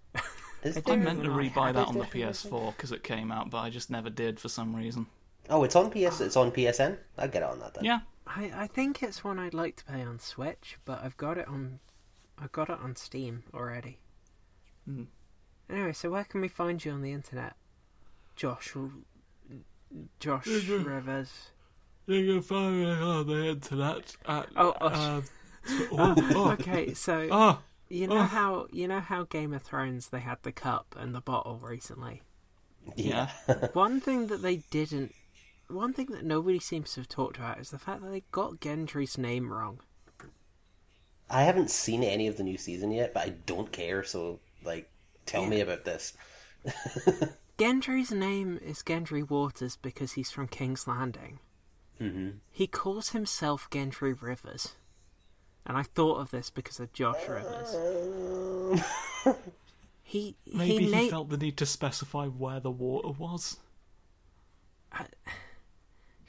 [SPEAKER 4] Is
[SPEAKER 3] I
[SPEAKER 4] there-
[SPEAKER 3] meant to
[SPEAKER 2] I
[SPEAKER 3] rebuy
[SPEAKER 2] have
[SPEAKER 3] that
[SPEAKER 2] it
[SPEAKER 3] on the
[SPEAKER 2] definitely.
[SPEAKER 3] PS4 because it came out, but I just never did for some reason.
[SPEAKER 4] Oh, it's on PS. It's on PSN. I'll get it on that then.
[SPEAKER 3] Yeah,
[SPEAKER 2] I, I think it's one I'd like to play on Switch, but I've got it on I've got it on Steam already.
[SPEAKER 3] Hmm.
[SPEAKER 2] Anyway, so where can we find you on the internet? Josh Josh Rivers.
[SPEAKER 3] you can find me on the internet at
[SPEAKER 2] Oh, oh, okay, so you know
[SPEAKER 3] uh, oh.
[SPEAKER 2] how you know how Game of Thrones they had the cup and the bottle recently?
[SPEAKER 4] yeah.
[SPEAKER 2] One thing that they didn't one thing that nobody seems to have talked about is the fact that they got Gendry's name wrong.
[SPEAKER 4] I haven't seen any of the new season yet, but I don't care. So, like, tell me about this.
[SPEAKER 2] Gendry's name is Gendry Waters because he's from King's Landing. Mm-hmm. He calls himself Gendry Rivers. And I thought of this because of Josh Rivers. He
[SPEAKER 3] Maybe he,
[SPEAKER 2] he, na-
[SPEAKER 3] felt the need to specify where the water was.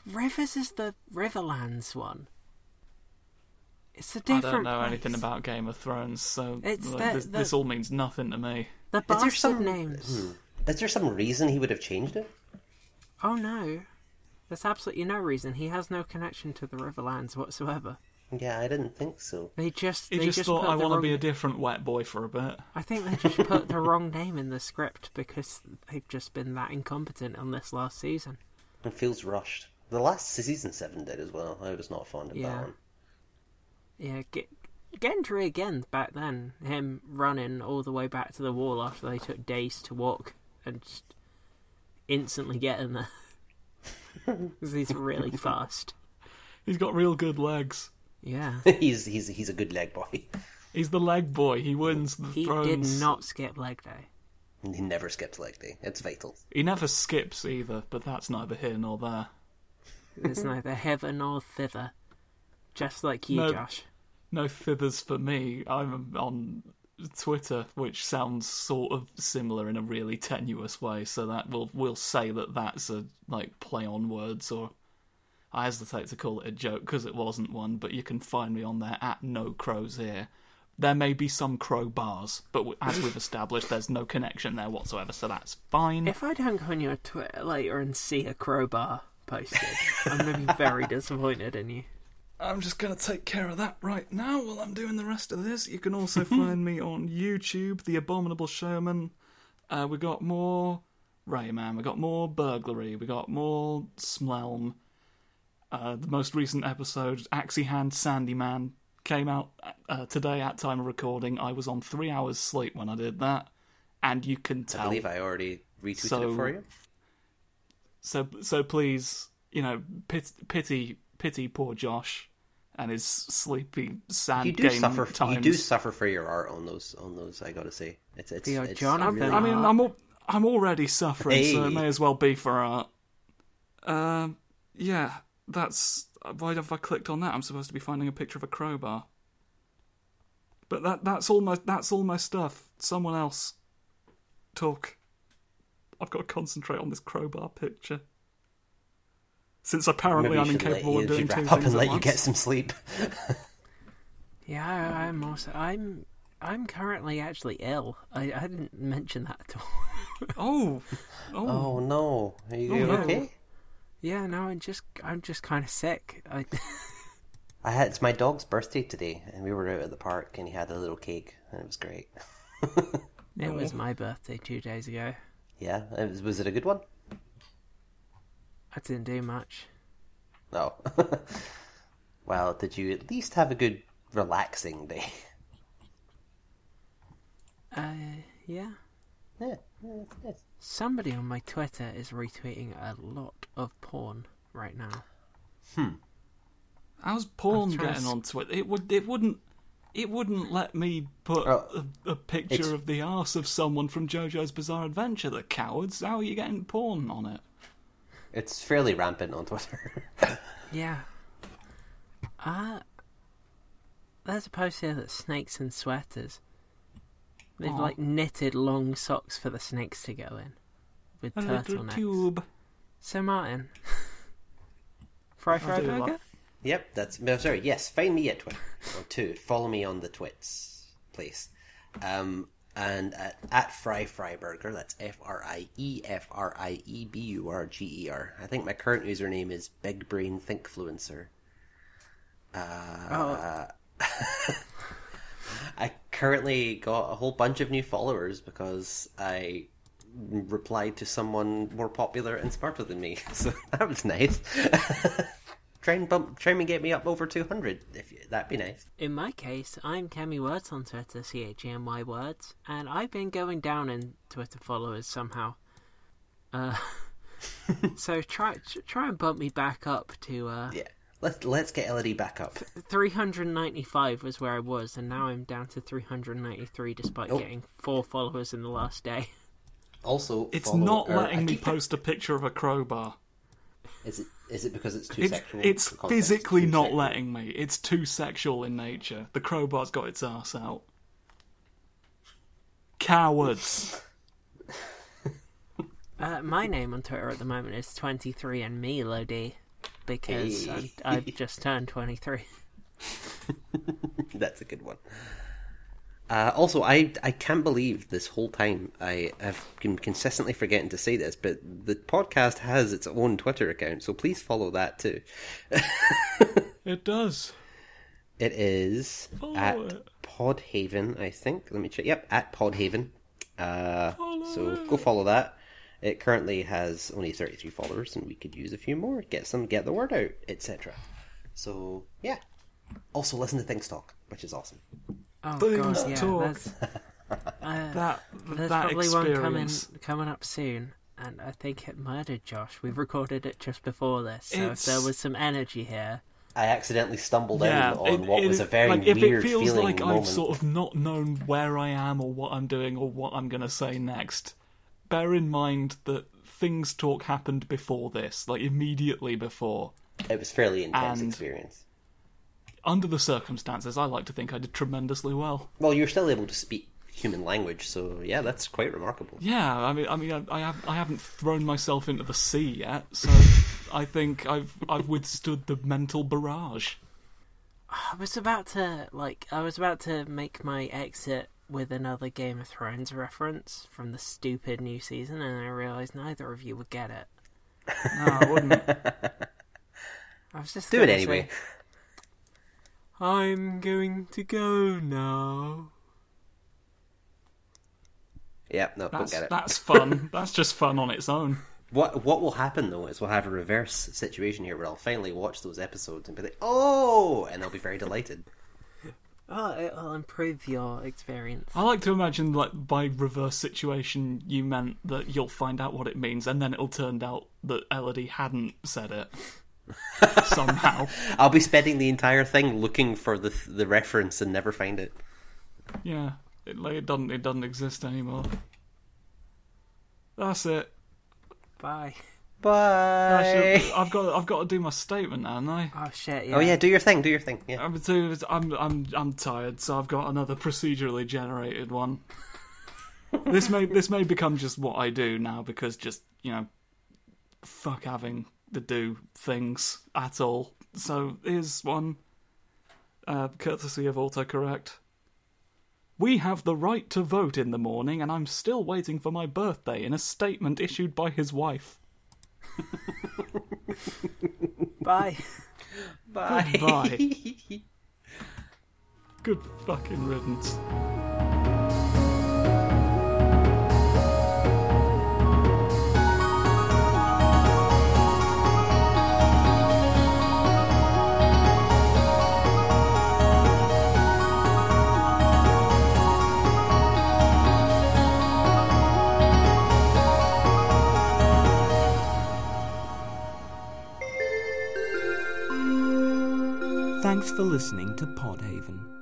[SPEAKER 2] Rivers is the Riverlands one. It's a
[SPEAKER 3] I
[SPEAKER 2] different.
[SPEAKER 3] don't know
[SPEAKER 2] place.
[SPEAKER 3] anything about Game of Thrones, so
[SPEAKER 2] It's
[SPEAKER 3] like,
[SPEAKER 2] the-
[SPEAKER 3] this,
[SPEAKER 2] the-
[SPEAKER 3] this all means nothing to me.
[SPEAKER 2] the
[SPEAKER 4] there
[SPEAKER 2] bastard
[SPEAKER 4] some-
[SPEAKER 2] names.
[SPEAKER 4] Is there some reason he would have changed it?
[SPEAKER 2] Oh no, there's absolutely no reason. He has no connection to the Riverlands whatsoever.
[SPEAKER 4] Yeah, I didn't think so.
[SPEAKER 2] They just
[SPEAKER 3] He
[SPEAKER 2] they
[SPEAKER 3] just, thought,
[SPEAKER 2] put
[SPEAKER 3] I
[SPEAKER 2] the
[SPEAKER 3] want to be
[SPEAKER 2] wrong-
[SPEAKER 3] a different wet boy for a bit.
[SPEAKER 2] I think they just put the wrong name in the script because they've just been that incompetent on this last season.
[SPEAKER 4] It feels rushed. The last season seven did as well. I was not fond of
[SPEAKER 2] Yeah.
[SPEAKER 4] that one.
[SPEAKER 2] Yeah, G- Gendry again back then, him running all the way back to the wall after they took days to walk and just instantly getting there. 'Cause he's really fast.
[SPEAKER 3] He's got real good legs.
[SPEAKER 2] Yeah.
[SPEAKER 4] he's he's he's a good leg boy.
[SPEAKER 3] He's the leg boy. He wins the
[SPEAKER 2] He did
[SPEAKER 3] thrones.
[SPEAKER 2] not skip leg day.
[SPEAKER 4] He never skips leg day. It's vital.
[SPEAKER 3] He never skips either, but that's neither here nor there.
[SPEAKER 2] There's neither hither nor thither. Just like you,
[SPEAKER 3] No.
[SPEAKER 2] Josh.
[SPEAKER 3] No fithers for me. I'm on Twitter, which sounds sort of similar in a really tenuous way. So that will will say that that's a like play on words, or I hesitate to call it a joke because it wasn't one. But you can find me on there at No Crows Here. There may be some crowbars, but w- as we've established, there's no connection there whatsoever, so that's fine.
[SPEAKER 2] If I don't go on your Twitter later and see a crowbar posted, I'm going to be very disappointed in you.
[SPEAKER 3] I'm just going to take care of that right now while I'm doing the rest of this. You can also find me on YouTube, The Abominable Showman. Uh, we got more Rayman, we got more Burglary, we got more Smelm. Uh, the most recent episode, Axie Hand Sandyman, came out uh, today at time of recording. I was on three hours sleep when I did that, and you can
[SPEAKER 4] I
[SPEAKER 3] tell.
[SPEAKER 4] believe I already retweeted
[SPEAKER 3] So-
[SPEAKER 4] it for you.
[SPEAKER 3] So so please, you know, pit, pity pity poor Josh and his sleepy sad
[SPEAKER 4] You do
[SPEAKER 3] game
[SPEAKER 4] suffer.
[SPEAKER 3] times.
[SPEAKER 4] You do suffer for your art on those on those. I gotta say, it's it's.
[SPEAKER 2] Yeah,
[SPEAKER 4] it's
[SPEAKER 2] Jonathan.
[SPEAKER 4] really-
[SPEAKER 3] I mean, I'm al- I'm already suffering, so it
[SPEAKER 4] Hey.
[SPEAKER 3] may as well be for art. Um, yeah, that's why have I clicked on that? I'm supposed to be finding a picture of a crowbar. But that that's all my that's all my stuff. Someone else talk. I've got to concentrate on this crowbar picture. Since apparently
[SPEAKER 4] maybe you
[SPEAKER 3] I'm
[SPEAKER 4] should let-
[SPEAKER 3] incapable
[SPEAKER 4] you
[SPEAKER 3] of doing
[SPEAKER 4] should
[SPEAKER 3] two
[SPEAKER 4] wrap up
[SPEAKER 3] things
[SPEAKER 4] and
[SPEAKER 3] at
[SPEAKER 4] let you
[SPEAKER 3] once.
[SPEAKER 4] get some sleep.
[SPEAKER 2] Yeah, I, I'm also. I'm. I'm currently actually ill. I, I didn't mention that at all.
[SPEAKER 3] Oh, oh,
[SPEAKER 4] Oh no! Are you
[SPEAKER 3] no.
[SPEAKER 4] okay?
[SPEAKER 2] Yeah, no, I'm just. I'm just kind of sick. I,
[SPEAKER 4] I had, it's my dog's birthday today, and we were out at the park, and he had a little cake, and it was great.
[SPEAKER 2] Oh. it was my birthday two days ago.
[SPEAKER 4] Yeah, it was, was it a good one?
[SPEAKER 2] I didn't do much.
[SPEAKER 4] No. well, did you at least have a good relaxing day?
[SPEAKER 2] Uh, yeah.
[SPEAKER 4] yeah, yeah, yes.
[SPEAKER 2] Somebody on my Twitter is retweeting a lot of porn right now.
[SPEAKER 3] How's porn
[SPEAKER 2] I'm trying to
[SPEAKER 3] getting
[SPEAKER 2] s-
[SPEAKER 3] on Twitter? It would. It wouldn't. It wouldn't let me put
[SPEAKER 4] Oh,
[SPEAKER 3] a, a
[SPEAKER 4] it's-
[SPEAKER 3] picture of the arse of someone from JoJo's Bizarre Adventure. The cowards! How are you getting porn on it?
[SPEAKER 4] It's fairly rampant on Twitter.
[SPEAKER 2] Yeah. Uh, there's a post here that snakes and sweaters. They've
[SPEAKER 3] Aw.
[SPEAKER 2] like knitted long socks for the snakes to go in with
[SPEAKER 3] A little
[SPEAKER 2] turtlenecks.
[SPEAKER 3] tube.
[SPEAKER 2] So Martin, fry fry
[SPEAKER 3] do
[SPEAKER 2] burger.
[SPEAKER 3] like-
[SPEAKER 4] yep, that's. No, sorry, yes, find me at Twitter. Or two, follow me on the twits, please. Um, and at, at Fry Fry Burger, that's F R I E F R I E B U R G E R. I think my current username is Big Brain Thinkfluencer.
[SPEAKER 2] Oh,
[SPEAKER 4] I currently got a whole bunch of new followers because I replied to someone more popular and smarter than me. So that was nice. try and bump, try and get me up over two hundred. If you, that'd be nice.
[SPEAKER 2] In my case, I'm Kemi Words on Twitter, C H E M Y Words, and I've been going down in Twitter followers somehow. Uh, so try try and bump me back up to uh,
[SPEAKER 4] Yeah, let's let's get LED back up.
[SPEAKER 2] 395 was where I was, and now I'm down to 393 despite
[SPEAKER 4] Oh.
[SPEAKER 2] getting four followers in the last day.
[SPEAKER 4] Also,
[SPEAKER 3] It's
[SPEAKER 4] follow-
[SPEAKER 3] not
[SPEAKER 4] or- I
[SPEAKER 3] letting me
[SPEAKER 4] keep think-
[SPEAKER 3] post a picture of a crowbar.
[SPEAKER 4] Is it is it because it's too
[SPEAKER 3] It's,
[SPEAKER 4] sexual?
[SPEAKER 3] it's
[SPEAKER 4] for context?
[SPEAKER 3] physically
[SPEAKER 4] Too
[SPEAKER 3] not
[SPEAKER 4] sexual?
[SPEAKER 3] letting me. It's too sexual in nature. The crowbar's got its ass out. Cowards.
[SPEAKER 2] Uh, my name on Twitter at the moment is 23andMe, Lodi, because
[SPEAKER 4] Hey.
[SPEAKER 2] I've, I've just turned 23.
[SPEAKER 4] That's a good one. Uh, also, I I can't believe this whole time I have been consistently forgetting to say this, but the podcast has its own Twitter account, so please follow that too.
[SPEAKER 3] it does.
[SPEAKER 4] It is
[SPEAKER 3] Follow
[SPEAKER 4] at
[SPEAKER 3] it.
[SPEAKER 4] Podhaven, I think. Let me check. Yep, at Podhaven. Uh,
[SPEAKER 3] Follow
[SPEAKER 4] so
[SPEAKER 3] it.
[SPEAKER 4] go follow that. It currently has only thirty three followers, and we could use a few more. Get some, get the word out, etc. So yeah. Also, listen to Things Talk, which is awesome.
[SPEAKER 2] Oh,
[SPEAKER 3] Things
[SPEAKER 2] God, yeah.
[SPEAKER 3] talk.
[SPEAKER 2] That's,
[SPEAKER 3] That
[SPEAKER 2] there's
[SPEAKER 3] that
[SPEAKER 2] probably
[SPEAKER 3] experience.
[SPEAKER 2] one coming, coming up soon, and I think it murdered Josh. We recorded it just before this, so if there
[SPEAKER 3] It's-
[SPEAKER 2] was some energy here.
[SPEAKER 4] I accidentally stumbled
[SPEAKER 3] yeah,
[SPEAKER 4] in on
[SPEAKER 3] it-
[SPEAKER 4] what
[SPEAKER 3] it-
[SPEAKER 4] was a very
[SPEAKER 3] like,
[SPEAKER 4] weird
[SPEAKER 3] if it feels
[SPEAKER 4] feeling
[SPEAKER 3] like
[SPEAKER 4] moment.
[SPEAKER 3] I've sort of not known where I am or what I'm doing or what I'm going to say next, bear in mind that things talk happened before this, like immediately before.
[SPEAKER 4] It was fairly intense
[SPEAKER 3] and-
[SPEAKER 4] experience.
[SPEAKER 3] Under the circumstances, I like to think I did tremendously well.
[SPEAKER 4] Well, you're still able to speak human language, so yeah, that's quite remarkable.
[SPEAKER 3] Yeah, I mean, I mean, I, I, have, I haven't thrown myself into the sea yet, so I think I've I've withstood the mental barrage.
[SPEAKER 2] I was about to like I was about to make my exit with another Game of Thrones reference from the stupid new season and I realized neither of you would get it.
[SPEAKER 3] No, I wouldn't.
[SPEAKER 2] I was just
[SPEAKER 4] Do it
[SPEAKER 2] gonna
[SPEAKER 4] anyway.
[SPEAKER 2] say, I'm going to go now.
[SPEAKER 4] Yep, no,
[SPEAKER 3] That's,
[SPEAKER 4] go get it.
[SPEAKER 3] that's fun. That's just fun on its own.
[SPEAKER 4] What what will happen though is we'll have a reverse situation here where I'll finally watch those episodes and be like, oh, and I'll be very delighted.
[SPEAKER 2] Oh, it'll improve your experience.
[SPEAKER 3] I like to imagine, like by reverse situation, you meant that you'll find out what it means, and then it'll turn out that Elodie hadn't said it somehow.
[SPEAKER 4] I'll be spending the entire thing looking for the the reference and never find it.
[SPEAKER 3] Yeah, it, like, it doesn't it doesn't exist anymore. That's it.
[SPEAKER 2] Bye.
[SPEAKER 3] I
[SPEAKER 4] Bye.
[SPEAKER 3] should- I've got I've got to do my statement, now, haven't I?
[SPEAKER 2] Oh shit, yeah.
[SPEAKER 4] Oh yeah, do your thing. Do your thing. Yeah.
[SPEAKER 3] I'm too, I'm I'm I'm tired, so I've got another procedurally generated one. this may this may become just what I do now because just you know, fuck having to do things at all. So here's one, uh, courtesy of autocorrect. We have the right to vote in the morning, and I'm still waiting for my birthday in a statement issued by his wife.
[SPEAKER 2] Bye.
[SPEAKER 4] Bye.
[SPEAKER 3] Goodbye. Good fucking riddance.
[SPEAKER 1] Thanks for listening to Podhaven.